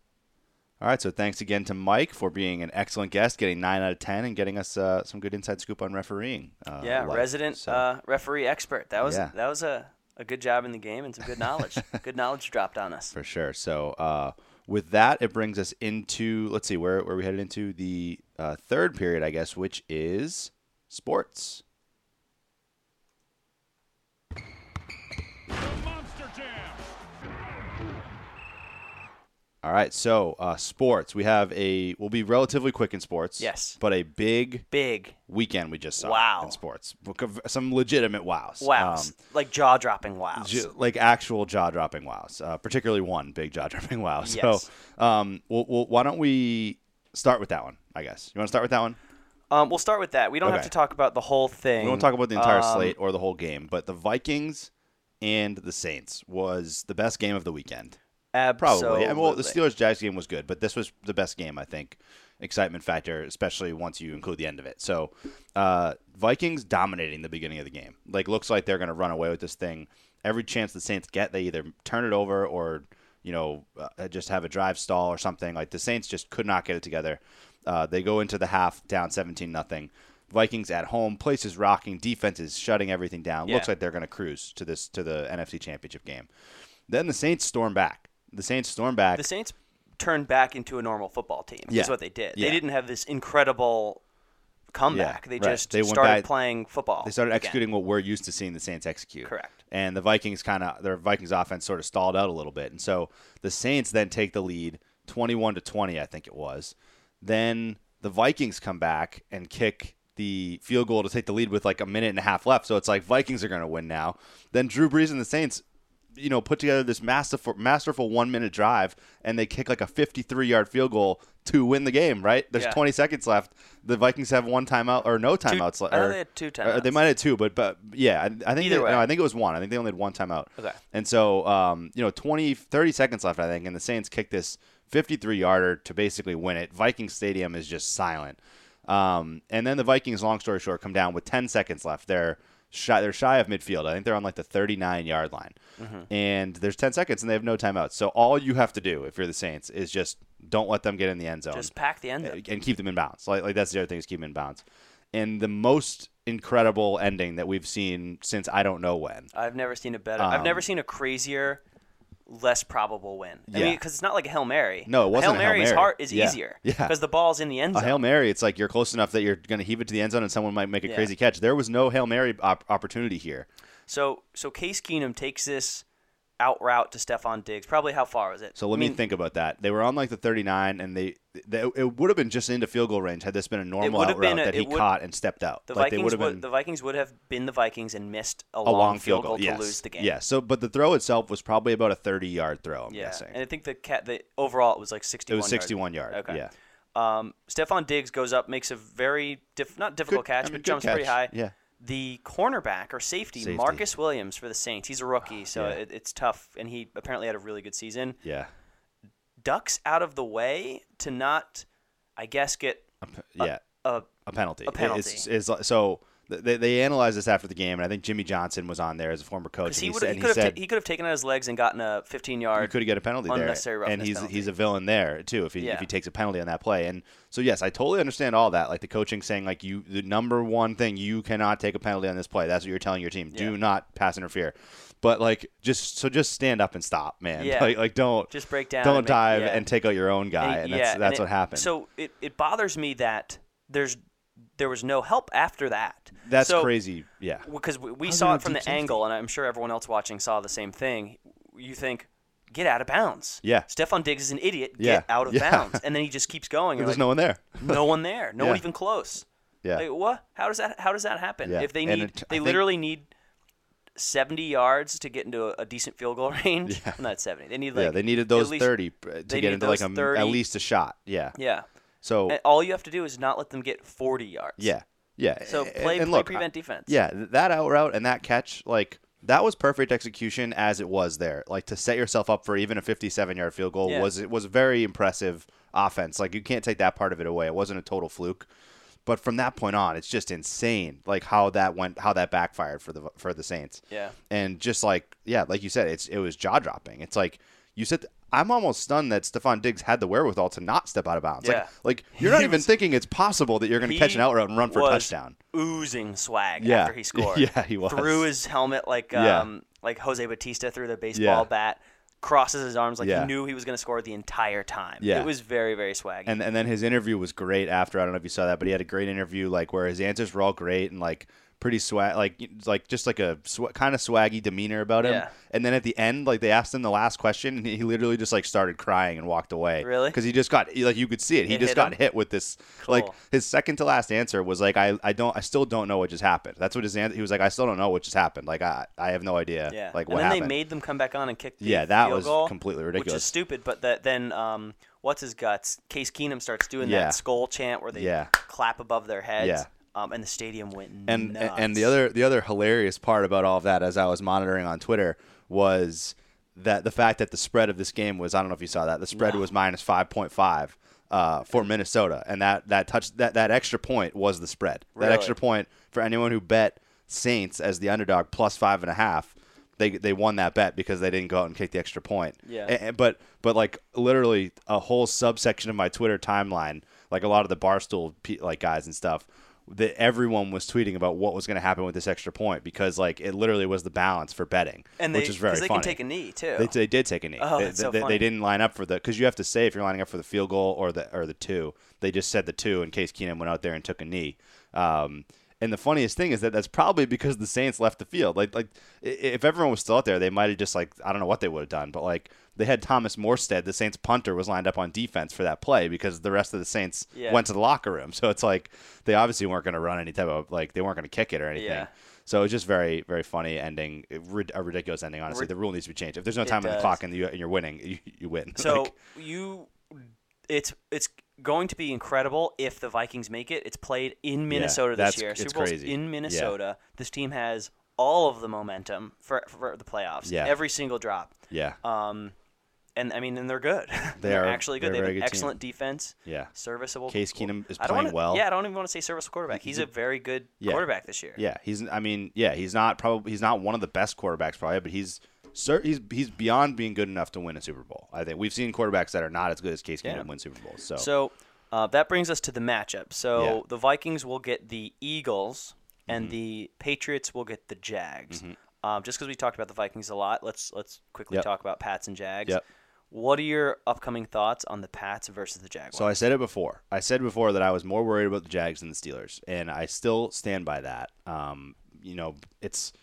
All right, so thanks again to Mike for being an excellent guest, getting nine out of ten, and getting us uh, some good inside scoop on refereeing. Uh, Yeah, life. resident So, uh, referee expert. That was Yeah. that was a, a good job in the game and some good knowledge. good knowledge dropped on us. for sure. So uh, with that, it brings us into let's see where where we headed into the uh, third period, I guess, which is sports. All All right, so uh, sports. We have a. We'll be relatively quick in sports. Yes. but a big Big. weekend we just saw. Wow. in sports, some legitimate wows. Wow. Um, like jaw dropping wows. ju- like actual jaw dropping wows, uh, particularly one big jaw dropping wow. Yes. So, um, we'll, we'll, why don't we start with that one? I guess you want to start with that one. um, we'll start with that. We don't Okay. have to talk about the whole thing. We won't talk about the entire Um, slate or the whole game, but the Vikings and the Saints was the best game of the weekend, probably. Absolutely. And well, the Steelers Jags game was good, but this was the best game, I think. Excitement factor, especially once you include the end of it. So, uh, Vikings dominating the beginning of the game. Like, looks like they're going to run away with this thing. Every chance the Saints get, they either turn it over or you know uh, just have a drive stall or something. Like the Saints just could not get it together. Uh, they go into the half down seventeen nothing. Vikings at home, places rocking, defense is shutting everything down. Looks Yeah. like they're going to cruise to this to the NFC Championship game. Then the Saints storm back. The Saints storm back. the Saints turned back into a normal football team. Yeah. Is what they did. Yeah. They didn't have this incredible comeback. they right. just They went started back- playing football. They started again. executing what we're used to seeing the Saints execute. Correct. And the Vikings kind of their Vikings offense sort of stalled out a little bit, and so the Saints then take the lead, twenty-one to twenty, I think it was. Then the Vikings come back and kick the field goal to take the lead with like a minute and a half left. So it's like Vikings are going to win now. Then Drew Brees and the Saints. You know, put together this masterful, masterful one-minute drive, and they kick like a 53-yard field goal to win the game. Right? There's Yeah. 20 seconds left. The Vikings have one timeout or no Two- timeouts left. I thought or- they had two or They timeouts. might had two, but but yeah, I, I think Either they- way. no, I think it was one. I think they only had one timeout. Okay. And so, um, you know, 20, 30 seconds left, I think, and the Saints kick this 53 yarder to basically win it. Viking Stadium is just silent. Um, and then the Vikings, long story short, come down with 10 seconds left. They're shy, they're shy of midfield. I think they're on like the 39 yard line. Mm-hmm. And there's 10 seconds, and they have no timeouts. So all you have to do if you're the Saints is just don't let them get in the end zone Just pack the end. Up. and keep them in bounds. Like, like that's the other thing is keep them in bounds. And the most incredible ending that we've seen since I don't know when. I've never seen a better. Um, I've never seen a crazier, less probable win. I Yeah. mean, because it's not like a hail mary. No, it wasn't a Hail Hail Mary is Mary. hard is Yeah. easier. Yeah. Because the ball's in the end A zone. hail mary, it's like you're close enough that you're going to heave it to the end zone and someone might make a Yeah. crazy catch. There was no hail mary op- opportunity here. So so Case Keenum takes this out route to Stefan Diggs. Probably how far was it? So let I me mean, think about that. They were on like the 39, and they, they it would have been just into field goal range had this been a normal would out have been route a- that he it would- caught and stepped out. The like they would Vikings have would been the Vikings would have been the Vikings and missed a, a long field goal, yes. to lose the game. Yeah. So, but the throw itself was probably about a 30 yard throw. I'm Yeah. guessing And I think the cat the overall it was like it sixty. was 61 yard. Okay. Yeah. Um, Stefan Diggs goes up, makes a very diff- not difficult Good- I catch, mean, but good jumps pretty catch. high. Yeah. The cornerback or safety, Safety. Ah, Marcus Williams for the Saints. He's a rookie, so Yeah. it, it's tough, and he apparently had a really good season. Yeah. Ducks out of the way to not, I guess, get Uh, Yeah. a a penalty. A penalty. It's, it's, so th- they, they analyzed this after the game, and I think Jimmy Johnson was on there as a former coach. because And he he, would said, he he could have ta- said he could have taken out his legs and gotten a 15 he yard. could get a penalty there, unnecessary and roughness he's penalty. he's a villain there too if he if Yeah. he takes a penalty on that play. And so yes, I totally understand all that. Like the coaching saying like you the number one thing you cannot take a penalty on this play. That's what you're telling your team. Do Yeah. not pass interfere. But like just so just stand up and stop, man. Yeah. Like like don't Just break down Don't and make- dive yeah. and take out your own guy. And- And, yeah, that's and that's it- what happened. So it, it bothers me that there's there was no help after that. that's so, crazy. Yeah. Because we, we How's saw there it from no the deep safety? angle, and I'm sure everyone else watching saw the same thing. You think, get out of bounds. Yeah. Stefan Diggs is an idiot. Yeah. Get out of Yeah. bounds. And then he just keeps going. You're There's no one like, there. no one there. No Yeah. one even close. Yeah. Like, what? How does that? How does that happen? Yeah. If they And need, it- I they think- literally need seventy yards to get into a, a decent field goal range. Not seventy. They need like yeah, they needed at those least- thirty uh, to they get need into like those a, 30. at least a shot. Yeah. Yeah. Eh, So And all you have to do is not let them get forty yards. yeah, yeah. So A- play, and play look, I- prevent defense. Yeah, th- that out route and that catch, like that was perfect execution as it was there. Like to set yourself up for even a fifty-seven yard field goal Yeah. was it was very impressive offense. Like you can't take that part of it away. It wasn't a total fluke. But from that point on, it's just insane, like how that went, how that backfired for the for the Saints. Yeah. and just like yeah, like you said, it's it was jaw dropping. It's like you said, I'm almost stunned that Stephon Diggs had the wherewithal to not step out of bounds. Yeah. Like, like you're not He even was- thinking it's possible that you're going to He catch an out route and run for a was touchdown. Oozing swag Yeah. after he scored. Yeah, he was. Threw his helmet like Yeah. um like Jose Batista threw the Yeah. baseball bat. Crosses his arms like Yeah. he knew he was going to score the entire time. Yeah. It was very very swaggy. and and then his interview was great after. I don't know if you saw that, but he had a great interview like where his answers were all great and like pretty swag, like like just like a sw- kind of swaggy demeanor about him. Yeah. And then at the end, like they asked him the last question, and he literally just like started crying and walked away. Really? Because he just got like you could see it. He It just hit got him? hit with this. Like Cool. his second to last answer was like, I I don't I still don't know what just happened. That's what his answer. He was like, I still don't know what just happened. Like I I have no idea. Yeah. Like and what then happened. they made them come back on and kick the Yeah, that field was goal, completely Which ridiculous. is stupid, but that then um what's his guts? Case Keenum starts doing Yeah. that skull chant where they Yeah. clap above their heads. Yeah. Um, and the stadium went and nuts. and the other the other hilarious part about all of that as I was monitoring on Twitter was that the fact that the spread of this game was I don't know if you saw that the spread was minus 5.5 uh, for Minnesota and that that touch that that extra point was the spread that Really? extra point for anyone who bet Saints as the underdog plus five and a half they they won that bet because they didn't go out and kick the extra point Yeah. A- and- but but like literally a whole subsection of my Twitter timeline, like a lot of the barstool pe- like guys and stuff, that everyone was tweeting about what was going to happen with this extra point because like it literally was the balance for betting, and they, which is very 'cause they funny. can take a knee too. They, they did take a knee. Oh, they, that's so they, they funny. didn't line up for the because you have to say if you're lining up for the field goal or the or the two. They just said the two in case Keenan went out there and took a knee. Um, and the funniest thing is that that's probably because the Saints left the field. Like like i- if everyone was still out there, they might have just like I don't know what they would have done, but like they had Thomas Morstead, the Saints punter, was lined up on defense for that play because the rest of the Saints Yeah. went to the locker room. So it's like they obviously weren't going to run any type of like they weren't going to kick it or anything. Yeah. So it's just very, very funny ending, rid- a ridiculous ending. Honestly, Rid- the rule needs to be changed. If there's no It time on the does. clock and, you, and you're winning, you, you win. So Like, you, it's it's going to be incredible if the Vikings make it. It's played in Minnesota this that's- year. it's Super Bowl's crazy. Yeah. in Minnesota. This team has all of the momentum for for the playoffs. Yeah. Every single drop. yeah, Um, and I mean, and they're good. They are are- actually good. they're They a very good have an team. excellent defense. yeah, Serviceable. Case Keenum is I don't playing wanna- well. Yeah, I don't even want to say serviceable quarterback. He's a very good Yeah. quarterback this year. yeah. He's, I mean, yeah, he's not probably he's not one of the best quarterbacks probably, but he's cer he's he's beyond being good enough to win a Super Bowl. I think we've seen quarterbacks that are not as good as Case Keenum Yeah. win Super Bowls. So, So uh, that brings us to the matchup. So Yeah. Mm-hmm. the Vikings will get the Eagles, and the Patriots will get the Jags. Um, just because we talked about the Vikings a lot, let's let's quickly Yep. talk about Pats and Jags. Yep. What are your upcoming thoughts on the Pats versus the Jaguars? so I said it before. I said before that I was more worried about the Jags than the Steelers, and I still stand by that. Um, you know, it's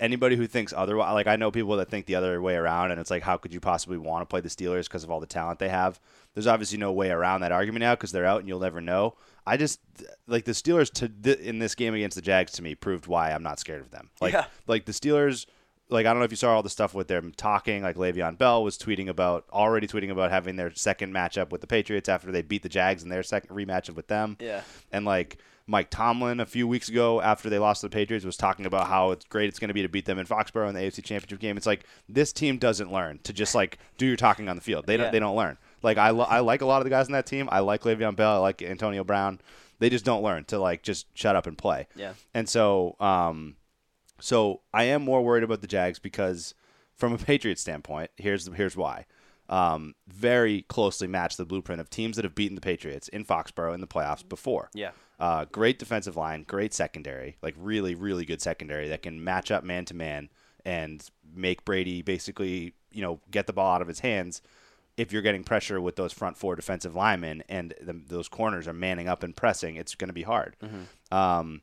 anybody who thinks otherwise like i know people that think the other way around and it's like how could you possibly want to play the steelers because of all the talent they have there's obviously no way around that argument now because they're out and you'll never know i just like the steelers to th- in this game against the jags to me proved why i'm not scared of them like Yeah. like the steelers like I don't know if you saw all the stuff with them talking. Like Le'Veon Bell was tweeting about already tweeting about having their second matchup with the Patriots after they beat the Jags in their second rematch with them. Yeah. And like Mike Tomlin a few weeks ago after they lost to the Patriots was talking about how it's great it's going to be to beat them in Foxborough in the AFC Championship game. It's like this team doesn't learn to just like do your talking on the field. They don't Yeah. they don't learn. Like I, lo- I like a lot of the guys in that team. I like Le'Veon Bell. I like Antonio Brown. They just don't learn to like just shut up and play. Yeah. And so um so I am more worried about the Jags because, from a Patriots standpoint, here's here's why. Um, very closely match the blueprint of teams that have beaten the Patriots in Foxborough in the playoffs before. Yeah. Uh, great defensive line, great secondary, like really, really good secondary that can match up man to man and make Brady basically, you know, get the ball out of his hands if you're getting pressure with those front four defensive linemen and the, those corners are manning up and pressing, it's going to be hard. Um,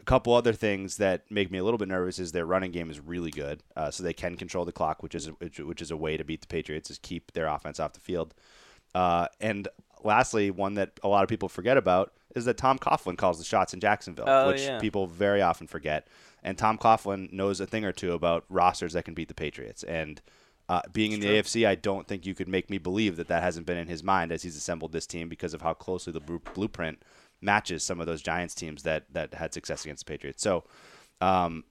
a couple other things that make me a little bit nervous is their running game is really good, uh, so they can control the clock, which is which, which is a way to beat the Patriots is keep their offense off the field. Uh, and lastly, one that a lot of people forget about is that Tom Coughlin calls the shots in Jacksonville, Oh, which yeah. people very often forget. And Tom Coughlin knows a thing or two about rosters that can beat the Patriots. And uh, being in the AFC, I don't think you could make me believe that that hasn't been in his mind as he's assembled this team because of how closely the blu- blueprint matches some of those Giants teams that that had success against the Patriots. So, um,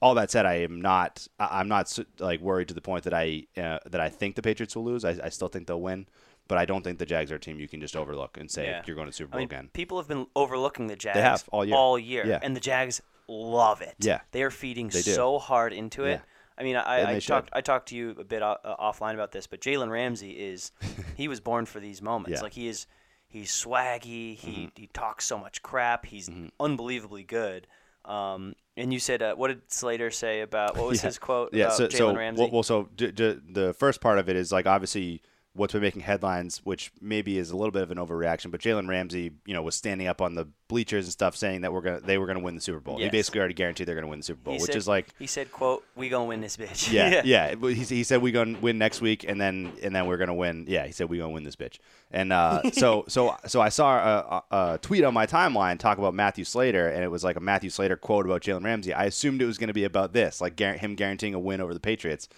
all that said, I am not I- I'm not su- like worried to the point that I uh, that I think the Patriots will lose. I, I still think they'll win, but I don't think the Jags are a team you can just overlook and say Yeah. you're going to the Super I Bowl mean, again. people have been overlooking the Jags have, all year. year, Yeah. and the Jags love it. Yeah. they are feeding do. so hard into it. Yeah. I mean, I, And I they talked should. I talked to you a bit o- uh, offline about this, but Jalen Ramsey is he was born for these moments. Yeah. Mm-hmm. Like he is, he's swaggy. He he talks so much crap. He's unbelievably good. Um, and you said, uh, what did Slater say about what was his quote Yeah, about so, Jalen so Ramsey? well, well, so j- j- the first part of it is like obviously what's been making headlines, which maybe is a little bit of an overreaction, but Jalen Ramsey, you know, was standing up on the bleachers and stuff saying that we're gonna they were gonna win the Super Bowl. He Yes. basically already guaranteed they're gonna win the Super Bowl, He which said- is like he said, "quote We gonna win this bitch." yeah, yeah. But He, he said we're gonna win next week, and then and then we're gonna win. Yeah, he said we're gonna win this bitch. And uh, so so so I saw a, a, a tweet on my timeline talk about Matthew Slater, and it was like a Matthew Slater quote about Jalen Ramsey. I assumed it was gonna be about this, like guar- him guaranteeing a win over the Patriots.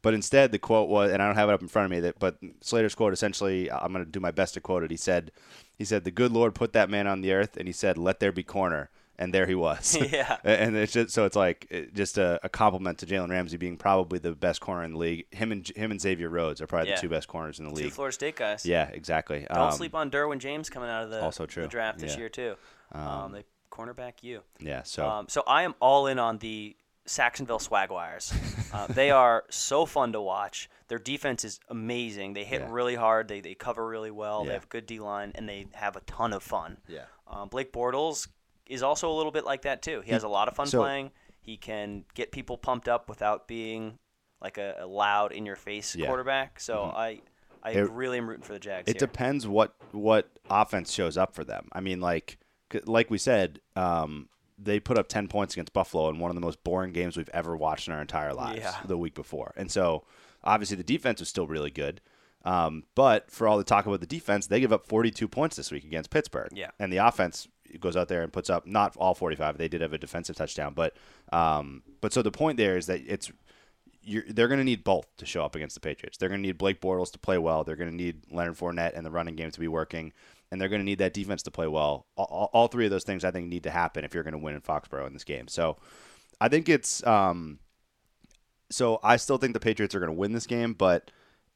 But instead, the quote was, and I don't have it up in front of me. That, but Slater's quote essentially, uh, I'm gonna do my best to quote it. He said, he said, "The good Lord put that man on the earth, and he said, let there be corner.'" And there he was. Yeah. And it's just so it's like it- just a, a compliment to Jalen Ramsey being probably the best corner in the league. Him and him and Xavier Rhodes are probably Yeah. the two best corners in the Two league. Florida State guys. Yeah, exactly. Don't Um, sleep on Derwin James coming out of the, Also the true. draft this Yeah. year too. Um, they cornerback you. Yeah. So Um, so I am all in on the Saxonville Swagwires. uh, they are so fun to watch. Their defense is amazing. They hit Yeah. really hard. They, they cover really well. Yeah. They have good D line and they have a ton of fun. Yeah. Um, Blake Bortles is also a little bit like that too. He has a lot of fun so- playing. He can get people pumped up without being like a, a loud in your face Yeah. Mm-hmm. quarterback. So I I It- really am rooting for the Jags. it here. depends what what offense shows up for them. I mean, like c- like we said, um, they put up ten points against Buffalo in one of the most boring games we've ever watched in our entire lives Yeah. the week before, and so obviously the defense was still really good. Um, but for all the talk about the defense, they give up 42 points this week against Pittsburgh. Yeah. and the offense goes out there and puts up not all 45. They did have a defensive touchdown, but um, but so the point there is that it's you're, they're going to need both to show up against the Patriots. They're going to need Blake Bortles to play well. They're going to need Leonard Fournette and the running game to be working, and they're going to need that defense to play well. All, all, all three of those things I think need to happen if you're going to win in Foxborough in this game. So I think it's um, so I still think the Patriots are going to win this game, but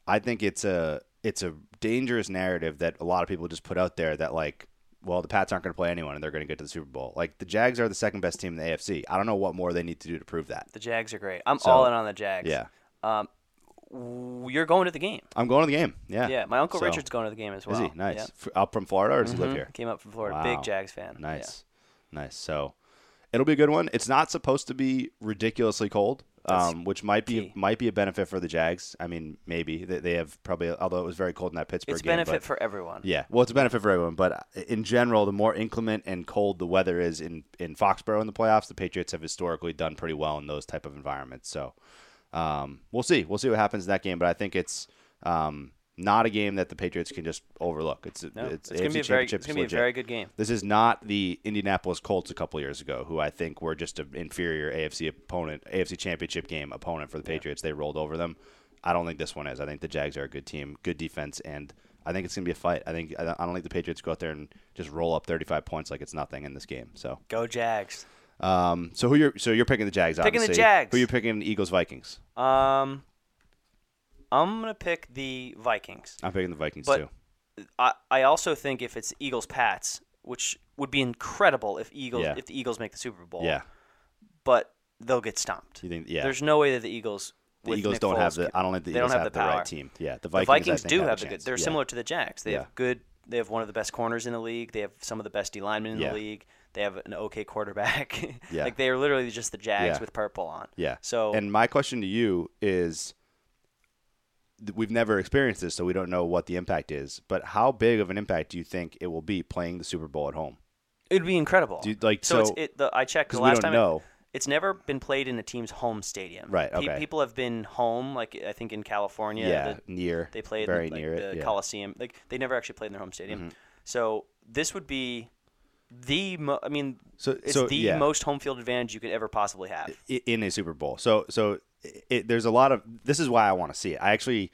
I think it's a it's a dangerous narrative that a lot of people just put out there that like. Well, the Pats aren't going to play anyone, and they're going to get to the Super Bowl. Like the Jags are the second best team in the AFC. I don't know what more they need to do to prove that. The Jags are great. I'm So, all in on the Jags. yeah. Um, w- you're going to the game. I'm going to the game. Yeah. Yeah. My uncle So- Richard's going to the game as well. Is he nice? Yeah. F- Up from Florida, or does he live here? Came up from Florida. Wow. Big Jags fan. Yeah. Nice, nice. So it'll be a good one. It's not supposed to be ridiculously cold, um, which might be key. might be a benefit for the Jags. I mean, maybe they, they have probably. Although it was very cold in that Pittsburgh It's game, benefit but- for everyone. yeah, well, it's a benefit for everyone, but uh, in general, the more inclement and cold the weather is in in Foxborough in the playoffs, the Patriots have historically done pretty well in those type of environments. So um, we'll see, we'll see what happens in that game, but I think it's um, not a game that the Patriots can just overlook. It's No, it's, it's, going to AFC be a very, Championship's it's gonna be a legit. very good game. This is not the Indianapolis Colts a couple years ago, who I think were just an inferior AFC opponent, AFC Championship game opponent for the Patriots. They rolled over them. I don't think this one is. I think the Jags are a good team, good defense, and I think it's going to be a fight. I think I don't I don't think the Patriots go out there and just roll up 35 points like it's nothing in this game. So, Go Jags. um, so who you're so you're picking the Jags? Picking the obviously. Jags. Who you picking? Eagles, Vikings. Um, I'm going to pick the Vikings. I'm picking the Vikings But- too. I, I also think if it's Eagles Pats, which would be incredible if Eagles Yeah. if the Eagles make the Super Bowl. Yeah, But they'll get stomped. You think- yeah. There's no way that the Eagles the with Eagles Nick don't have Foles the. can- I don't think the they Eagles don't have, have the the power. right team. Yeah, the Vikings. the Vikings I think, do have, have, a the good. chance. They're Yeah. similar to the Jacks. They Yeah. have good. They have one of the best corners in the league. They have some of the best D linemen in Yeah. the league. They have an okay quarterback. Yeah. like they are literally just the Jags Yeah. with purple on. Yeah. So and my question to you is th- we've never experienced this so we don't know what the impact is, but how big of an impact do you think it will be playing the Super Bowl at home? it'd be incredible. Do you- like, so, so- it's, it, the, I checked 'cause the we last don't time. know. It, it's never been played in a team's home stadium. Right, Pe- okay. people have been home, like I think in California. the- near. they played very like, near the it. yeah. Mm-hmm. Coliseum. Like they never actually played in their home stadium. So this would be the. Mo- I mean, So- it's so, the yeah. most home field advantage you could ever possibly have. i- in a Super Bowl. So so i- it, there's a lot of this is why I want to see it. I actually,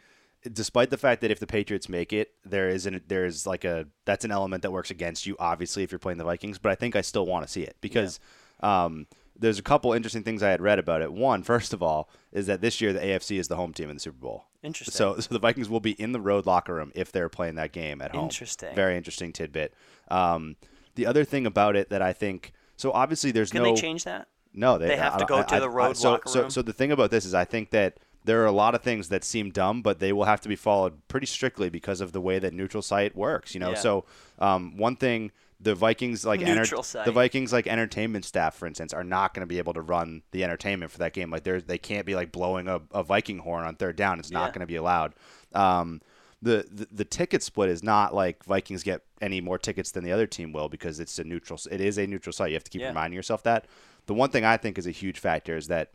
despite the fact that if the Patriots make it, there is an there is like a that's an element that works against you. Obviously, if you're playing the Vikings, but I think I still want to see it because. Um, there's a couple interesting things I had read about it. One, first of all, is that this year the AFC is the home team in the Super Bowl. Interesting. So, so the Vikings will be in the road locker room if they're playing that game at home. Interesting. Very interesting tidbit. Um, the other thing about it that I think so obviously there's Can no they change that? no, they, They have I- to go I- to I- the I- road so, locker so, room? So the thing about this is, I think that there are a lot of things that seem dumb, but they will have to be followed pretty strictly because of the way that neutral site works. You know, Yeah. so um, one thing the Vikings like Neutral site. the Vikings like entertainment staff, for instance, are not going to be able to run the entertainment for that game. Like they they can't be like blowing a, a Viking horn on third down. It's not Yeah. going to be allowed. Um, the, the the ticket split is not like Vikings get any more tickets than the other team will because it's a neutral. It is a neutral site. You have to keep Yeah. reminding yourself that. The one thing I think is a huge factor is that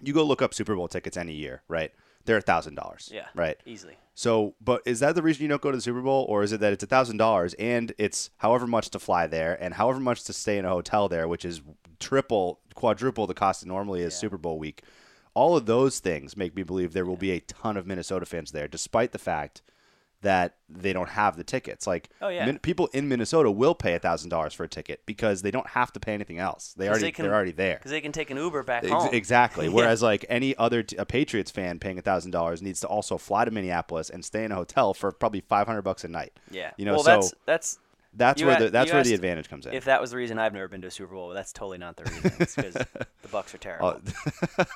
you go look up Super Bowl tickets any year, right? They're a thousand dollars. Yeah. Right. Easily. So, but is that the reason you don't go to the Super Bowl, or is it that it's a thousand dollars and it's however much to fly there and however much to stay in a hotel there, which is triple, quadruple the cost it normally is Super Bowl week? All of those things make me believe there will be a ton of Minnesota fans there, despite the fact that they don't have the tickets. Like, Oh, yeah. Min- people in Minnesota will pay a thousand dollars for a ticket because they don't have to pay anything else. They already they can- they're already there. Because they can take an Uber back Ex- home. Exactly. Oh. Yeah. Whereas like any other t- a Patriots fan paying thousand dollars needs to also fly to Minneapolis and stay in a hotel for probably five hundred bucks a night. Yeah. You know, well, so that's that's, that's you where a- the, that's you where asked the advantage comes in. If that was the reason, I've never been to a Super Bowl. but That's totally not the reason. It's because the Bucks are terrible.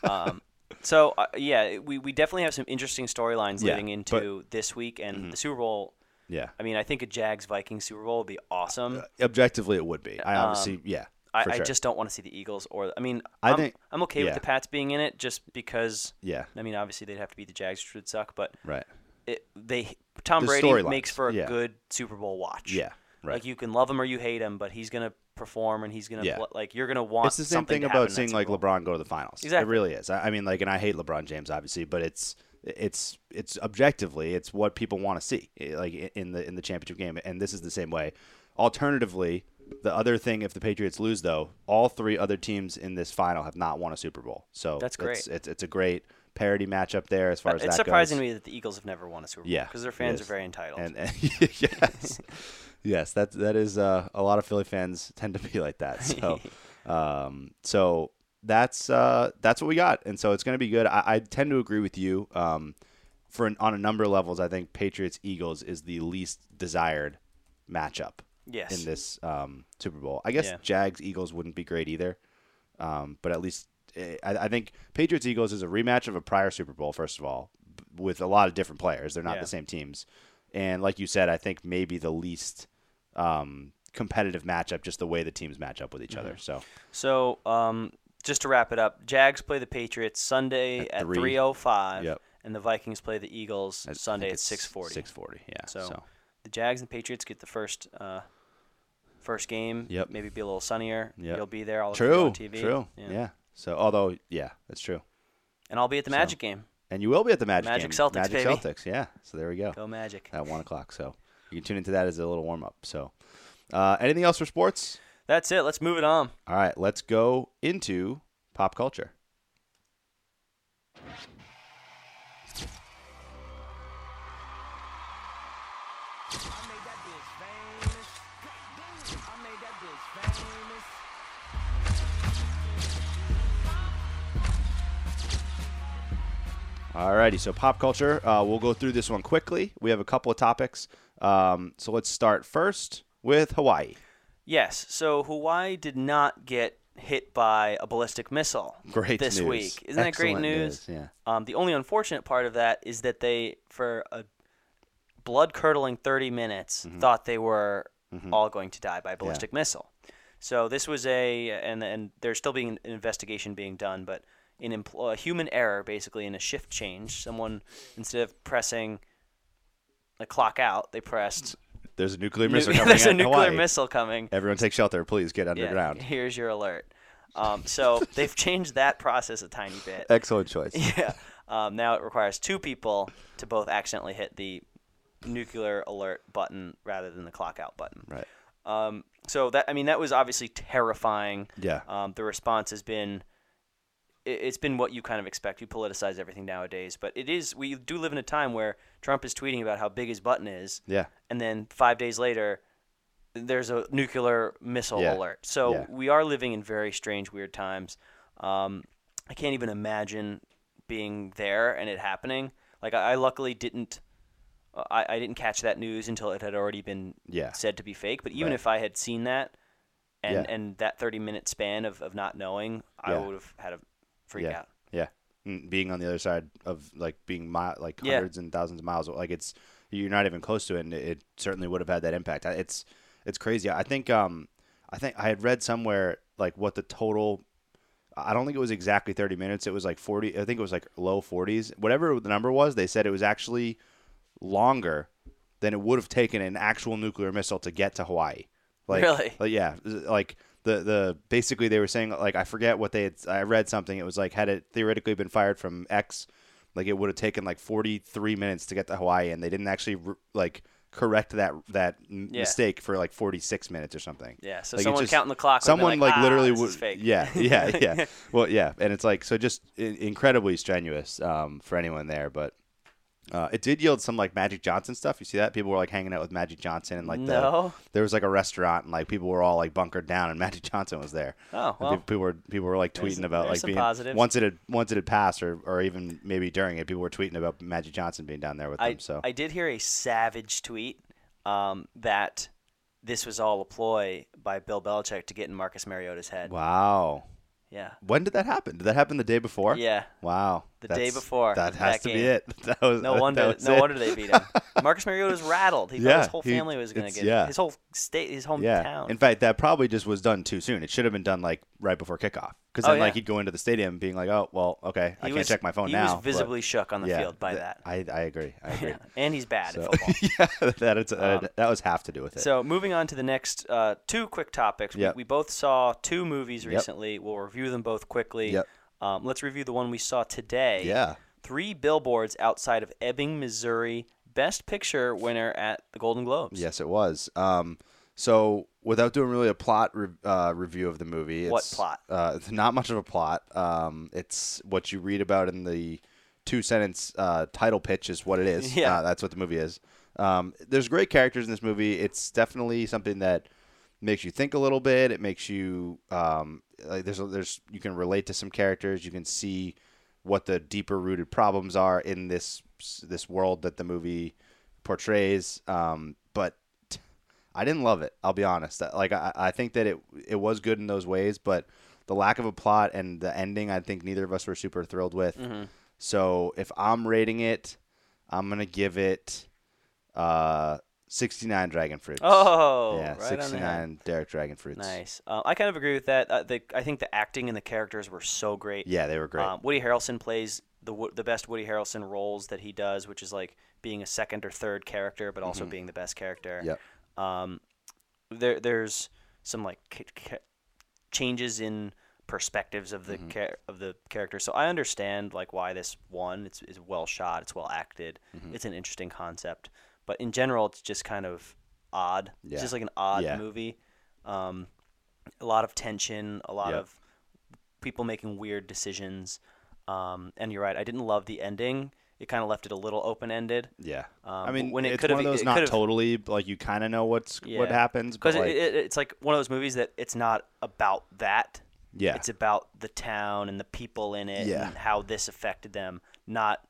Oh, um, so uh, yeah, we, we definitely have some interesting storylines Yeah, leading but- Mm-hmm. into this week and the Super Bowl. yeah. I mean, I think a Jags Vikings Super Bowl would be awesome. Objectively, it would be. I obviously, yeah. Um, I, for I sure. just don't want to see the Eagles or I mean I I'm, think- I'm okay yeah. with the Pats being in it just because Yeah. I mean obviously they'd have to beat the Jags which would suck but right. it, they Tom The Brady storylines, makes for a yeah. good Super Bowl watch Yeah, right. like you can love him or you hate him but he's gonna perform and he's gonna Yeah. pl- like you're gonna want It's the same something thing to happen in about that seeing Super like Bowl. LeBron go to the finals. It Exactly. really is. I, I mean, like, and I hate LeBron James obviously, but it's it's it's objectively it's what people want to see eh, like i- in the in the championship game and this is the same way alternatively the other thing if the patriots lose though all three other teams in this final have not won a super bowl so That's it's, great. Uh, it's, it's a great parity matchup there as far as it's that surprising goes. to me that the Eagles have never won a Super Bowl Yeah, because their it fans are is. very entitled. And, and yes, yes, that that is uh, a lot of Philly fans tend to be like that. So, um, so that's uh, that's what we got, and so it's going to be good. I, I tend to agree with you. Um, for an, on a number of levels, I think Patriots Eagles is the least desired matchup yes, in this um, Super Bowl. I guess Yeah. Jags Eagles wouldn't be great either, um, but at least eh, I, I think Patriots Eagles is a rematch of a prior Super Bowl. First of all, b- with a lot of different players, they're not Yeah. the same teams, and like you said, I think maybe the least um, competitive matchup, just the way the teams match up with Mm-hmm. each other. So So, um, just to wrap it up, Jags play the Patriots Sunday At at three. three oh five, Yep. and the Vikings play the Eagles Sunday at six forty. Six forty, yeah. So, So, the Jags and Patriots get the first uh, first game. Yep. Maybe be a little sunnier. Yep. You'll be there. I'll look for you true, on TV. true, yeah. So although yeah, that's true. And I'll be at the Magic game. And you will be at the Magic, Magic game. Celtics, Magic baby. Celtics, yeah. So there we Go Magic. at one o'clock. So you can tune into that as a little warm up. So uh, anything else for sports? That's it. Let's move it on. All right, let's go into pop culture. Alrighty, so pop culture. Uh, we'll go through this one quickly. We have a couple of topics. Um, so let's start first with Hawaii. Yes. So Hawaii did not get hit by a ballistic missile Great this news. week. Isn't that great Excellent news? news, yeah. Um, the only unfortunate part of that is that they, for a blood curdling 30 minutes, Mm-hmm. thought they were all going to die by ballistic missile. So this was a and and there's still being an investigation being done, but an empl- a human error basically in a shift change. Someone instead of pressing the clock out, they pressed There's a nuclear nu- missile coming there's a at nuclear Hawaii. missile coming. Everyone take shelter, please. Get Yeah, underground. Here's your alert. Um, so they've changed that process a tiny bit. Excellent choice. Yeah. Um, now it requires two people to both accidentally hit the nuclear alert button rather than the clock out button. Right. Um, so that I mean that was obviously terrifying. Yeah. Um, the response has been i- it's been what you kind of expect. You politicize everything nowadays, but it is we do live in a time where Trump is tweeting about how big his button is. Yeah. And then 5 days later there's a nuclear missile Yeah. alert. So Yeah. we are living in very strange weird times. Um, I can't even imagine being there and it happening. Like I, I luckily didn't I, I didn't catch that news until it had already been Yeah. said to be fake. But even Right. if I had seen that and, Yeah. and that 30 minute span of, of not knowing, I Yeah. would have had a freak yeah. out. Yeah. Mm, Being on the other side of like being mi- like Yeah. hundreds and thousands of miles, like it's you're not even close to it, and it, it certainly would have had that impact. I- It's it's crazy. I think um I think I had read somewhere like what the total. I don't think it was exactly 30 minutes. It was like 40. I think it was like low 40s. Whatever the number was, they said it was actually longer than it would have taken an actual nuclear missile to get to Hawaii. Like, Really? like, yeah, like the the basically they were saying like I forget what they had. I read something. It was like had it theoretically been fired from X, like it would have taken like 43 minutes to get to Hawaii, and they didn't actually r like correct that that m- Yeah. mistake for like 46 minutes or something. Yeah, so Like, it someone just- counting the clock. would've been Someone like, like, "Ah, literally this would. is fake. Yeah, yeah, yeah. well, yeah, and it's like so just in- incredibly strenuous um, for anyone there, but. Uh, it did yield some like Magic Johnson stuff. You see that people were like hanging out with Magic Johnson and like the, No. there was like a restaurant and like people were all like bunkered down and Magic Johnson was there. Oh, And well. pe- people were people were like There's- tweeting about there's like some being positives. once it had once it had passed or, or even maybe during it people were tweeting about Magic Johnson being down there with I them. So I did hear a savage tweet um, that this was all a ploy by Bill Belichick to get in Marcus Mariota's head. wow, Yeah, when did that happen? Did that happen the day before? yeah. Wow. The That's- day before That has to that be game. it. That was No that wonder, was no it. wonder they beat him. Marcus Mariota was rattled. He thought Yeah, his whole he- family was going to it's- get yeah. his whole state, his hometown. Yeah. In fact, that probably just was done too soon. It should have been done like right before kickoff. Because Oh, then, yeah. like, he'd go into the stadium being like, "Oh, well, okay, I He can't was- check my phone he now." was but- visibly shook on the yeah, field by th- that. I, I agree. I agree. Yeah. And he's bad So, at football. yeah, that, it's, uh, that was half to do with it. Um, So moving on to the next uh, two quick topics. Yep. We, we both saw two movies recently. We'll review them both quickly. Yep. Um, let's review the one we saw today. Yeah. Three billboards outside of Ebbing, Missouri. Best picture winner at the Golden Globes. yes, it was. Um, so without doing really a plot re- uh, review of the movie, What it's, plot? Uh, it's not much of a plot. Um, it's what you read about in the two sentence uh, title pitch is what it is. Yeah. Uh, that's what the movie is. Um, there's great characters in this movie. It's definitely something that makes you think a little bit. It makes you um, like there's there's you can relate to some characters. You can see what the deeper rooted problems are in this this world that the movie portrays. Um, but I didn't love it. I'll be honest. Uh, Like I, I think that it it was good in those ways, but the lack of a plot and the ending, I think neither of us were super thrilled with. Mm-hmm. So if I'm rating it, I'm gonna give it uh 69 dragon fruits. Oh, yeah, right on the 69 head. Derek dragon fruits. Nice. Uh, I kind of agree with that. Uh, the, I think the acting and the characters were so great. Yeah, they were great. Um, Woody Harrelson plays the wo- the best Woody Harrelson roles that he does, which is like being a second or third character, but also being the best character. Mm-hmm. Yep. Um, there there's some like ca- ca- changes in perspectives of the Mm-hmm. char- of the character, so I understand like why this won. It's is well shot. It's well acted. Mm-hmm. It's an interesting concept, but in general, it's just kind of odd. Yeah. It's just like an odd Yeah. movie. Um, a lot of tension. A lot Yep. of people making weird decisions. Um, and you're right. I didn't love the ending. It kind of left it a little open ended. yeah. um, I mean, when it it's could've- one of those it not could've- totally like you kind of know what's what happens, but because like, it, it, it's like one of those movies that it's not about that. Yeah. it's about the town and the people in it Yeah. and how this affected them, not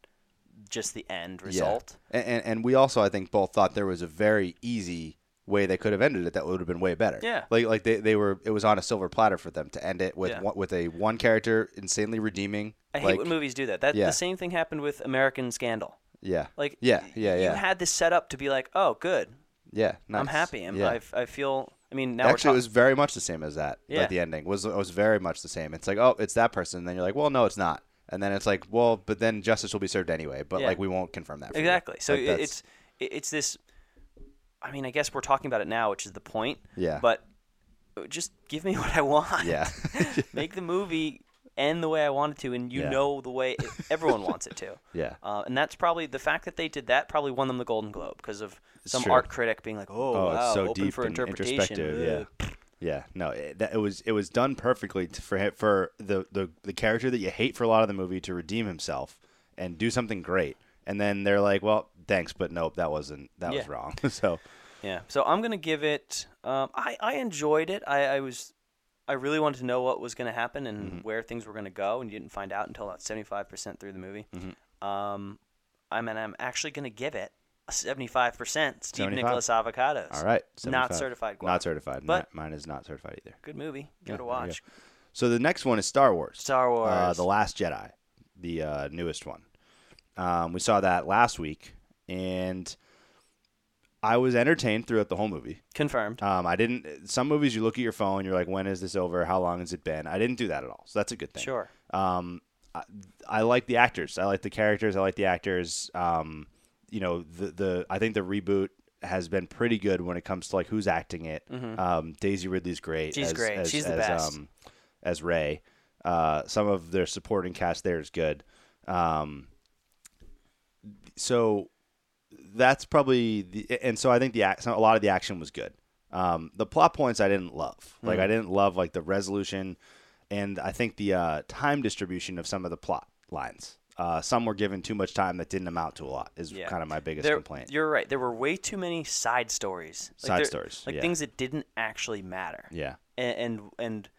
just the end result. Yeah. And, and and we also I think both thought there was a very easy way they could have ended it that would have been way better. Yeah. Like like they, they were it was on a silver platter for them to end it with Yeah. one, with a one character insanely redeeming. I hate like, when movies do that. That yeah. the same thing happened with American Scandal. Yeah. Like yeah y- yeah yeah you had this set up to be like, oh, good, yeah. Nice. I'm happy. I'm, yeah. I've- I feel. I mean, now Actually, it we're was very much the same as that. Yeah. Like the ending was was very much the same. It's like, oh, it's that person. And then you're like, well, no, it's not. And then it's like, well, but then justice will be served anyway. But Yeah. like, we won't confirm that. For you. Exactly. So Like, it that's- it's it- it's this. I mean, I guess we're talking about it now, which is the point. Yeah. But just give me what I want. yeah. Make the movie end the way I want it to, and you Yeah. know the way it- everyone wants it to. Yeah. Uh, and that's probably the fact that they did that probably won them the Golden Globe because of some true. art critic being like, "Oh, Oh, wow, it's so open deep for and interpretation." introspective. Ugh. Yeah, yeah. No, it, that, it was it was done perfectly to, for him, for the, the the character that you hate for a lot of the movie to redeem himself and do something great, and then they're like, "Well, thanks, but nope, that wasn't that was Yeah. wrong." so Yeah. So I'm gonna give it. Um, I I enjoyed it. I, I was, I really wanted to know what was gonna happen and Mm-hmm. where things were gonna go, and you didn't find out until about 75 percent through the movie. Mm-hmm. Um, I mean, I'm actually gonna give it a 75 percent. Steve 75. Nicholas avocados. all right, Not 75. certified. Guava. Not certified. But- Mi- mine is not certified either. Good movie. Give it there a you go. watch. So the next one is Star Wars. Star Wars. Uh, the Last Jedi, the uh, newest one. Um, we saw that last week, and I was entertained throughout the whole movie. Confirmed. Um, I didn't. Some movies you look at your phone, you're like, "When is this over? How long has it been?" I didn't do that at all, so that's a good thing. Sure. Um, I, I like the actors. I like the characters. I like the actors. Um, you know the the I think the reboot has been pretty good when it comes to like who's acting it. Um, Daisy Ridley's great. Mm-hmm. She's as, great. As, She's the as, best. Um, as Ray, uh, some of their supporting cast there is good. Um, so that's probably the and so I think the ac- a lot of the action was good. Um, the plot points I didn't love. Like Mm. I didn't love like the resolution, and I think the uh, time distribution of some of the plot lines. Uh, some were given too much time that didn't amount to a lot. Is Yeah. kind of my biggest There- complaint. You're right. There were way too many side stories. Side there- stories, like yeah. things that didn't actually matter. Yeah. and and, and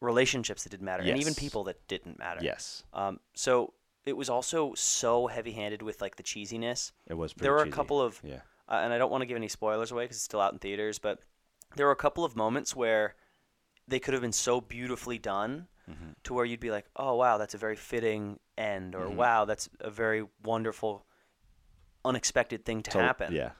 relationships that didn't matter, and even Yes. people that didn't matter. Yes. Um, so it was also so heavy-handed with like the cheesiness. It was pretty There were cheesy. a couple of, Yeah. uh, and I don't want to give any spoilers away because it's still out in theaters, but there were a couple of moments where they could have been so beautifully done Mm-hmm. to where you'd be like, oh wow, that's a very fitting end, Mm-hmm. or wow, that's a very wonderful, unexpected thing to So, happen. Oh, Yeah.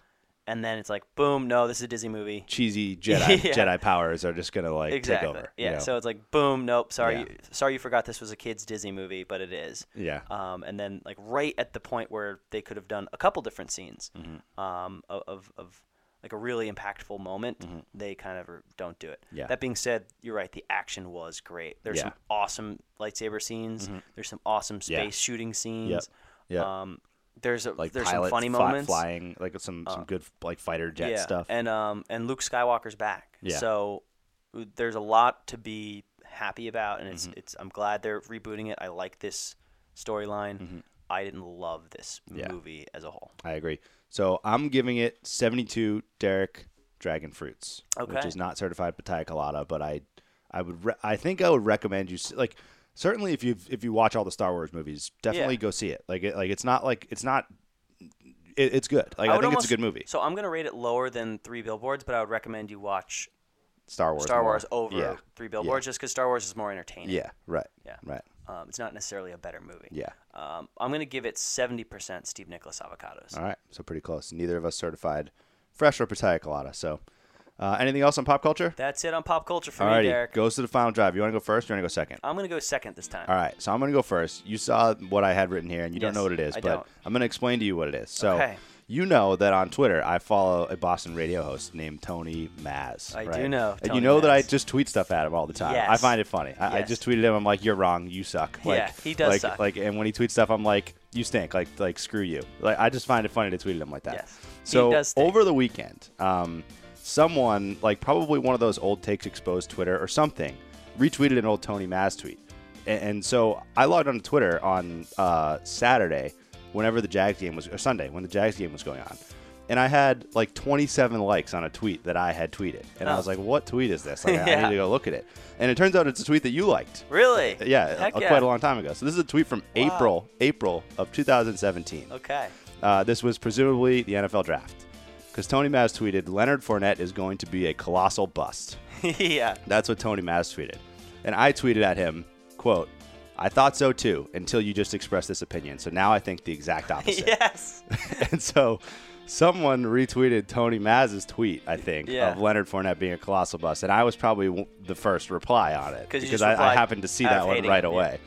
And then it's like, boom, no, this is a Disney movie. Cheesy Jedi Yeah. Jedi powers are just gonna like Exactly. take over. you Yeah. know? So it's like, boom, nope. Sorry, Yeah. you, sorry, you forgot this was a kids Disney movie, but it is. Yeah. Um, and then like right at the point where they could have done a couple different scenes, Mm-hmm. um, of, of of like a really impactful moment, they kind of are- don't do it. Mm-hmm. Yeah. That being said, you're right. The action was great. There's some Yeah. Mm-hmm. awesome lightsaber scenes. There's some awesome space Yeah. shooting scenes. Yep. Yeah. Um, there's a, like there's pilot some funny fly- moments. Uh, flying like some some good like fighter jet stuff. And um and Luke Skywalker's back. Yeah. So uh, there's a lot to be happy about and it's Mm-hmm. it's I'm glad they're rebooting it. I like this storyline. I didn't love this Mm-hmm. Yeah. movie as a whole. I agree. So I'm giving it 72 Derek Dragon Fruits, which Okay. is not certified pataya colada, but I I would re- I think I would recommend you s- like certainly if you if you watch all the Star Wars movies, definitely Yeah. go see it. Like it, like it's not like it's not it, it's good. Like I, would think almost- it's a good movie. So I'm gonna rate it lower than Three Billboards, but I would recommend you watch Star Wars. Star more. Wars over Yeah. Three Billboards, just 'cause just because Star Wars is more entertaining. Yeah, right. Yeah. Right. Um, it's not necessarily a better movie. Yeah. Um, I'm gonna give it 70% Steve Nicholas avocados. All right. So pretty close. Neither of us certified fresh or pataya colada. So uh, anything else on pop culture? That's it on pop culture for All me, right. Derek. Goes to the final drive. You want to go first or you want to go second? I'm gonna go second this time. All right, so I'm going to go first. You saw what I had written here, and you don't Yes, know what it is, I but don't. I'm going to explain to you what it is. So, Okay. you know that on Twitter, I follow a Boston radio host named Tony Maz. I do right? know and you Tony know that I Maz. just tweet stuff at him all the time. I Yes. find it funny. I, I Yes. just tweeted him. I'm like, "You're wrong. You suck." Like, Yeah, he does like, suck. Like, and when he tweets stuff, I'm like, "You stink." Like, like screw you. Like, I just find it funny to tweet at him like that. Yes. He So does stink. over the weekend, um, someone like probably one of those old takes exposed Twitter or something retweeted an old Tony Maz tweet, and, and so I logged on to Twitter on uh, Saturday, whenever the Jags game was or Sunday when the Jags game was going on, and I had like 27 likes on a tweet that I had tweeted, and I Oh. was like, "What tweet is this? Like, I- I Yeah. need to go look at it." And it turns out it's a tweet that you liked. Really? Yeah, Heck uh, yeah. quite a long time ago. So this is a tweet from April, April of 2017. Okay. Uh, this was presumably the NFL draft. Because Tony Maz tweeted, Leonard Fournette is going to be a colossal bust. yeah. That's what Tony Maz tweeted. And I tweeted at him, quote, I thought so too until you just expressed this opinion. So now I think the exact opposite. Yes. And so someone retweeted Tony Maz's tweet, I think, Yeah. of Leonard Fournette being a colossal bust. And I was probably w- the first reply on it 'Cause you because just I, I replied happened to see out that of one hating right it, yeah. away.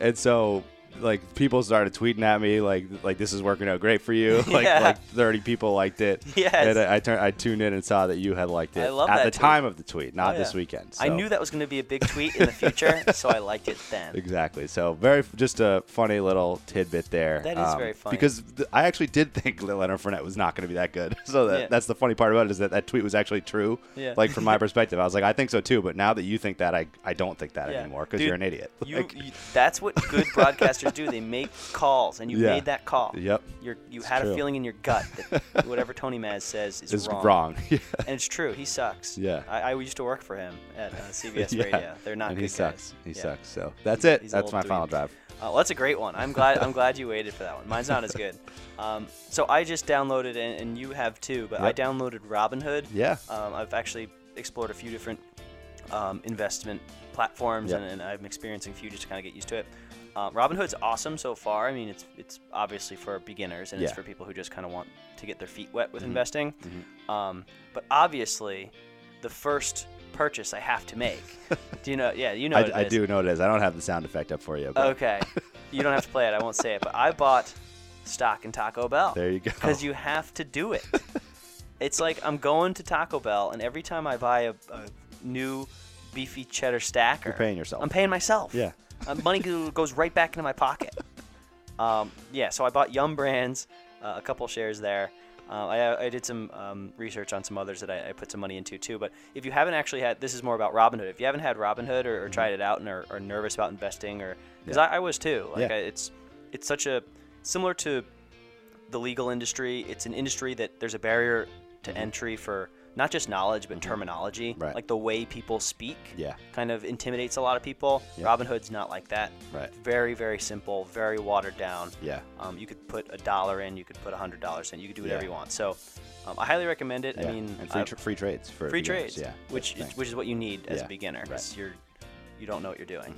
And so like people started tweeting at me like like this is working out great for you like Yeah. like 30 people liked it Yes. and I, I turned I tuned in and saw that you had liked it I love at that the tweet. time of the tweet not Oh, this yeah. weekend I So- knew that was going to be a big tweet in the future, so I liked it then. Exactly. So very just a funny little tidbit there. um, That is very funny. because th- I actually did think that Leonard Fournette was not going to be that good. So that, Yeah. that's the funny part about it is that that tweet was actually true. Yeah. Like from my perspective, I was like, I think so too. But now that you think that, I I don't think that Yeah. anymore because Dude, you're an idiot. You, Like, you, that's what good broadcasters do. They make calls, and you Yeah. made that call. Yep. You're, you had true. a feeling in your gut that whatever Tony Maz says is, it's wrong. wrong. yeah. And it's true. He sucks. Yeah. I, I used to work for him at uh, CBS Yeah. Radio. They're not and good he sucks. guys. He Yeah. sucks. So that's it. He's an That's old my dude. final drive. Oh, well, that's a great one. I'm glad. I'm glad you waited for that one. Mine's not as good. Um, so I just downloaded, and, and you have too. But Yep. I downloaded Robinhood. Yeah. Um, I've actually explored a few different um, investment platforms, Yep. and, and I'm experiencing a few just to kind of get used to it. Um, Robinhood's awesome so far. I mean, it's it's obviously for beginners, and Yeah. Mm-hmm. it's for people who just kind of want to get their feet wet with investing. Um, but obviously, the first purchase I have to make. do you know? Yeah, you know. what Oh, it I, I is. do Oh, know what it is. I don't have the sound effect up for you. But Okay. you don't have to play it. I won't say it. But I bought stock in Taco Bell. There you go. Because you have to do it. it's like I'm going to Taco Bell, and every time I buy a, a new beefy cheddar stacker, You're paying yourself. I'm paying myself. Yeah. Uh, money go- goes right back into my pocket. Um, yeah, so I bought Yum Brands, uh, a couple shares there. Uh, I, I did some um, research on some others that I, I put some money into too. But if you haven't actually had, this is more about Robinhood. If you haven't had Robinhood or, or tried it out and are, are nervous about investing, or because I, I was too, like Yeah. I, it's it's such a similar to the legal industry. It's an industry that there's a barrier to entry for not just knowledge but terminology. Mm-hmm. Right. Like the way people speak. Yeah. Kind of intimidates a lot of people. Robinhood's not like that. Right. Very very simple. Very watered down. Yeah. Um, you could put a dollar in. You could put a hundred dollars in. You could do whatever Yeah. you want. So, um, I highly recommend it. Yeah. I mean, and free, I- tr- free trades for free beginners. trades, Yeah, that's which the is, thing. which is what you need as Yeah, a beginner. 'cause right. Mm-hmm. You're you don't know what you're doing.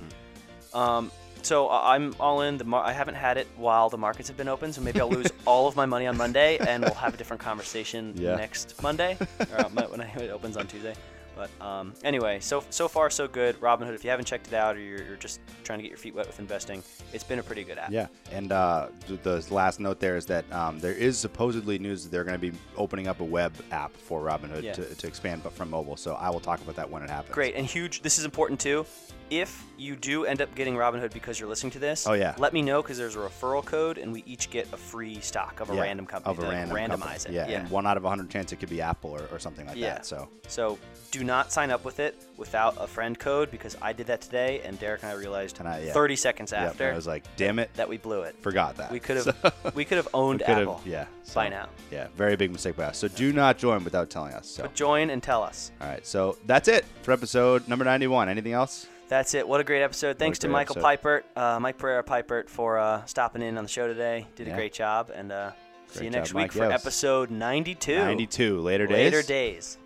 Um, so I- I'm all in. The mar- I haven't had it while the markets have been open, so maybe I'll lose all of my money on Monday, and we'll have a different conversation Yeah. next Monday, or uh, when I- it opens on Tuesday. But um, anyway, so so far so good. Robinhood, if you haven't checked it out, or you're, you're just trying to get your feet wet with investing, it's been a pretty good app. Yeah, and uh, th- the last note there is that um, there is supposedly news that they're going to be opening up a web app for Robinhood Yeah. to, to expand, but from mobile. So I will talk about that when it happens. Great and huge. This is important too. If you do end up getting Robinhood because you're listening to this, Oh, yeah. let me know because there's a referral code and we each get a free stock of a Yeah, random company of a to like, random randomize company. it. Yeah, and one out of 100 chance it could be Apple or, or something like Yeah. that. So So do not sign up with it without a friend code because I did that today and Derek and I realized And I- yeah. 30 seconds yeah, after I was like, damn it, that we blew it. forgot that. We could have we could have owned Could Apple. have, yeah. So, by now. Yeah, very big mistake by us. So do not join without telling us. So, But join and tell us. all right. So that's it for episode number 91. Anything else? That's it. What a great episode. Thanks to great Michael episode. Pipert, uh, Mike Pereira Pipert for uh, stopping in on the show today. Did Yeah. a great job. And uh, see you Great next job, week Mike. for Yes. episode 92. 92. Later days. Later days.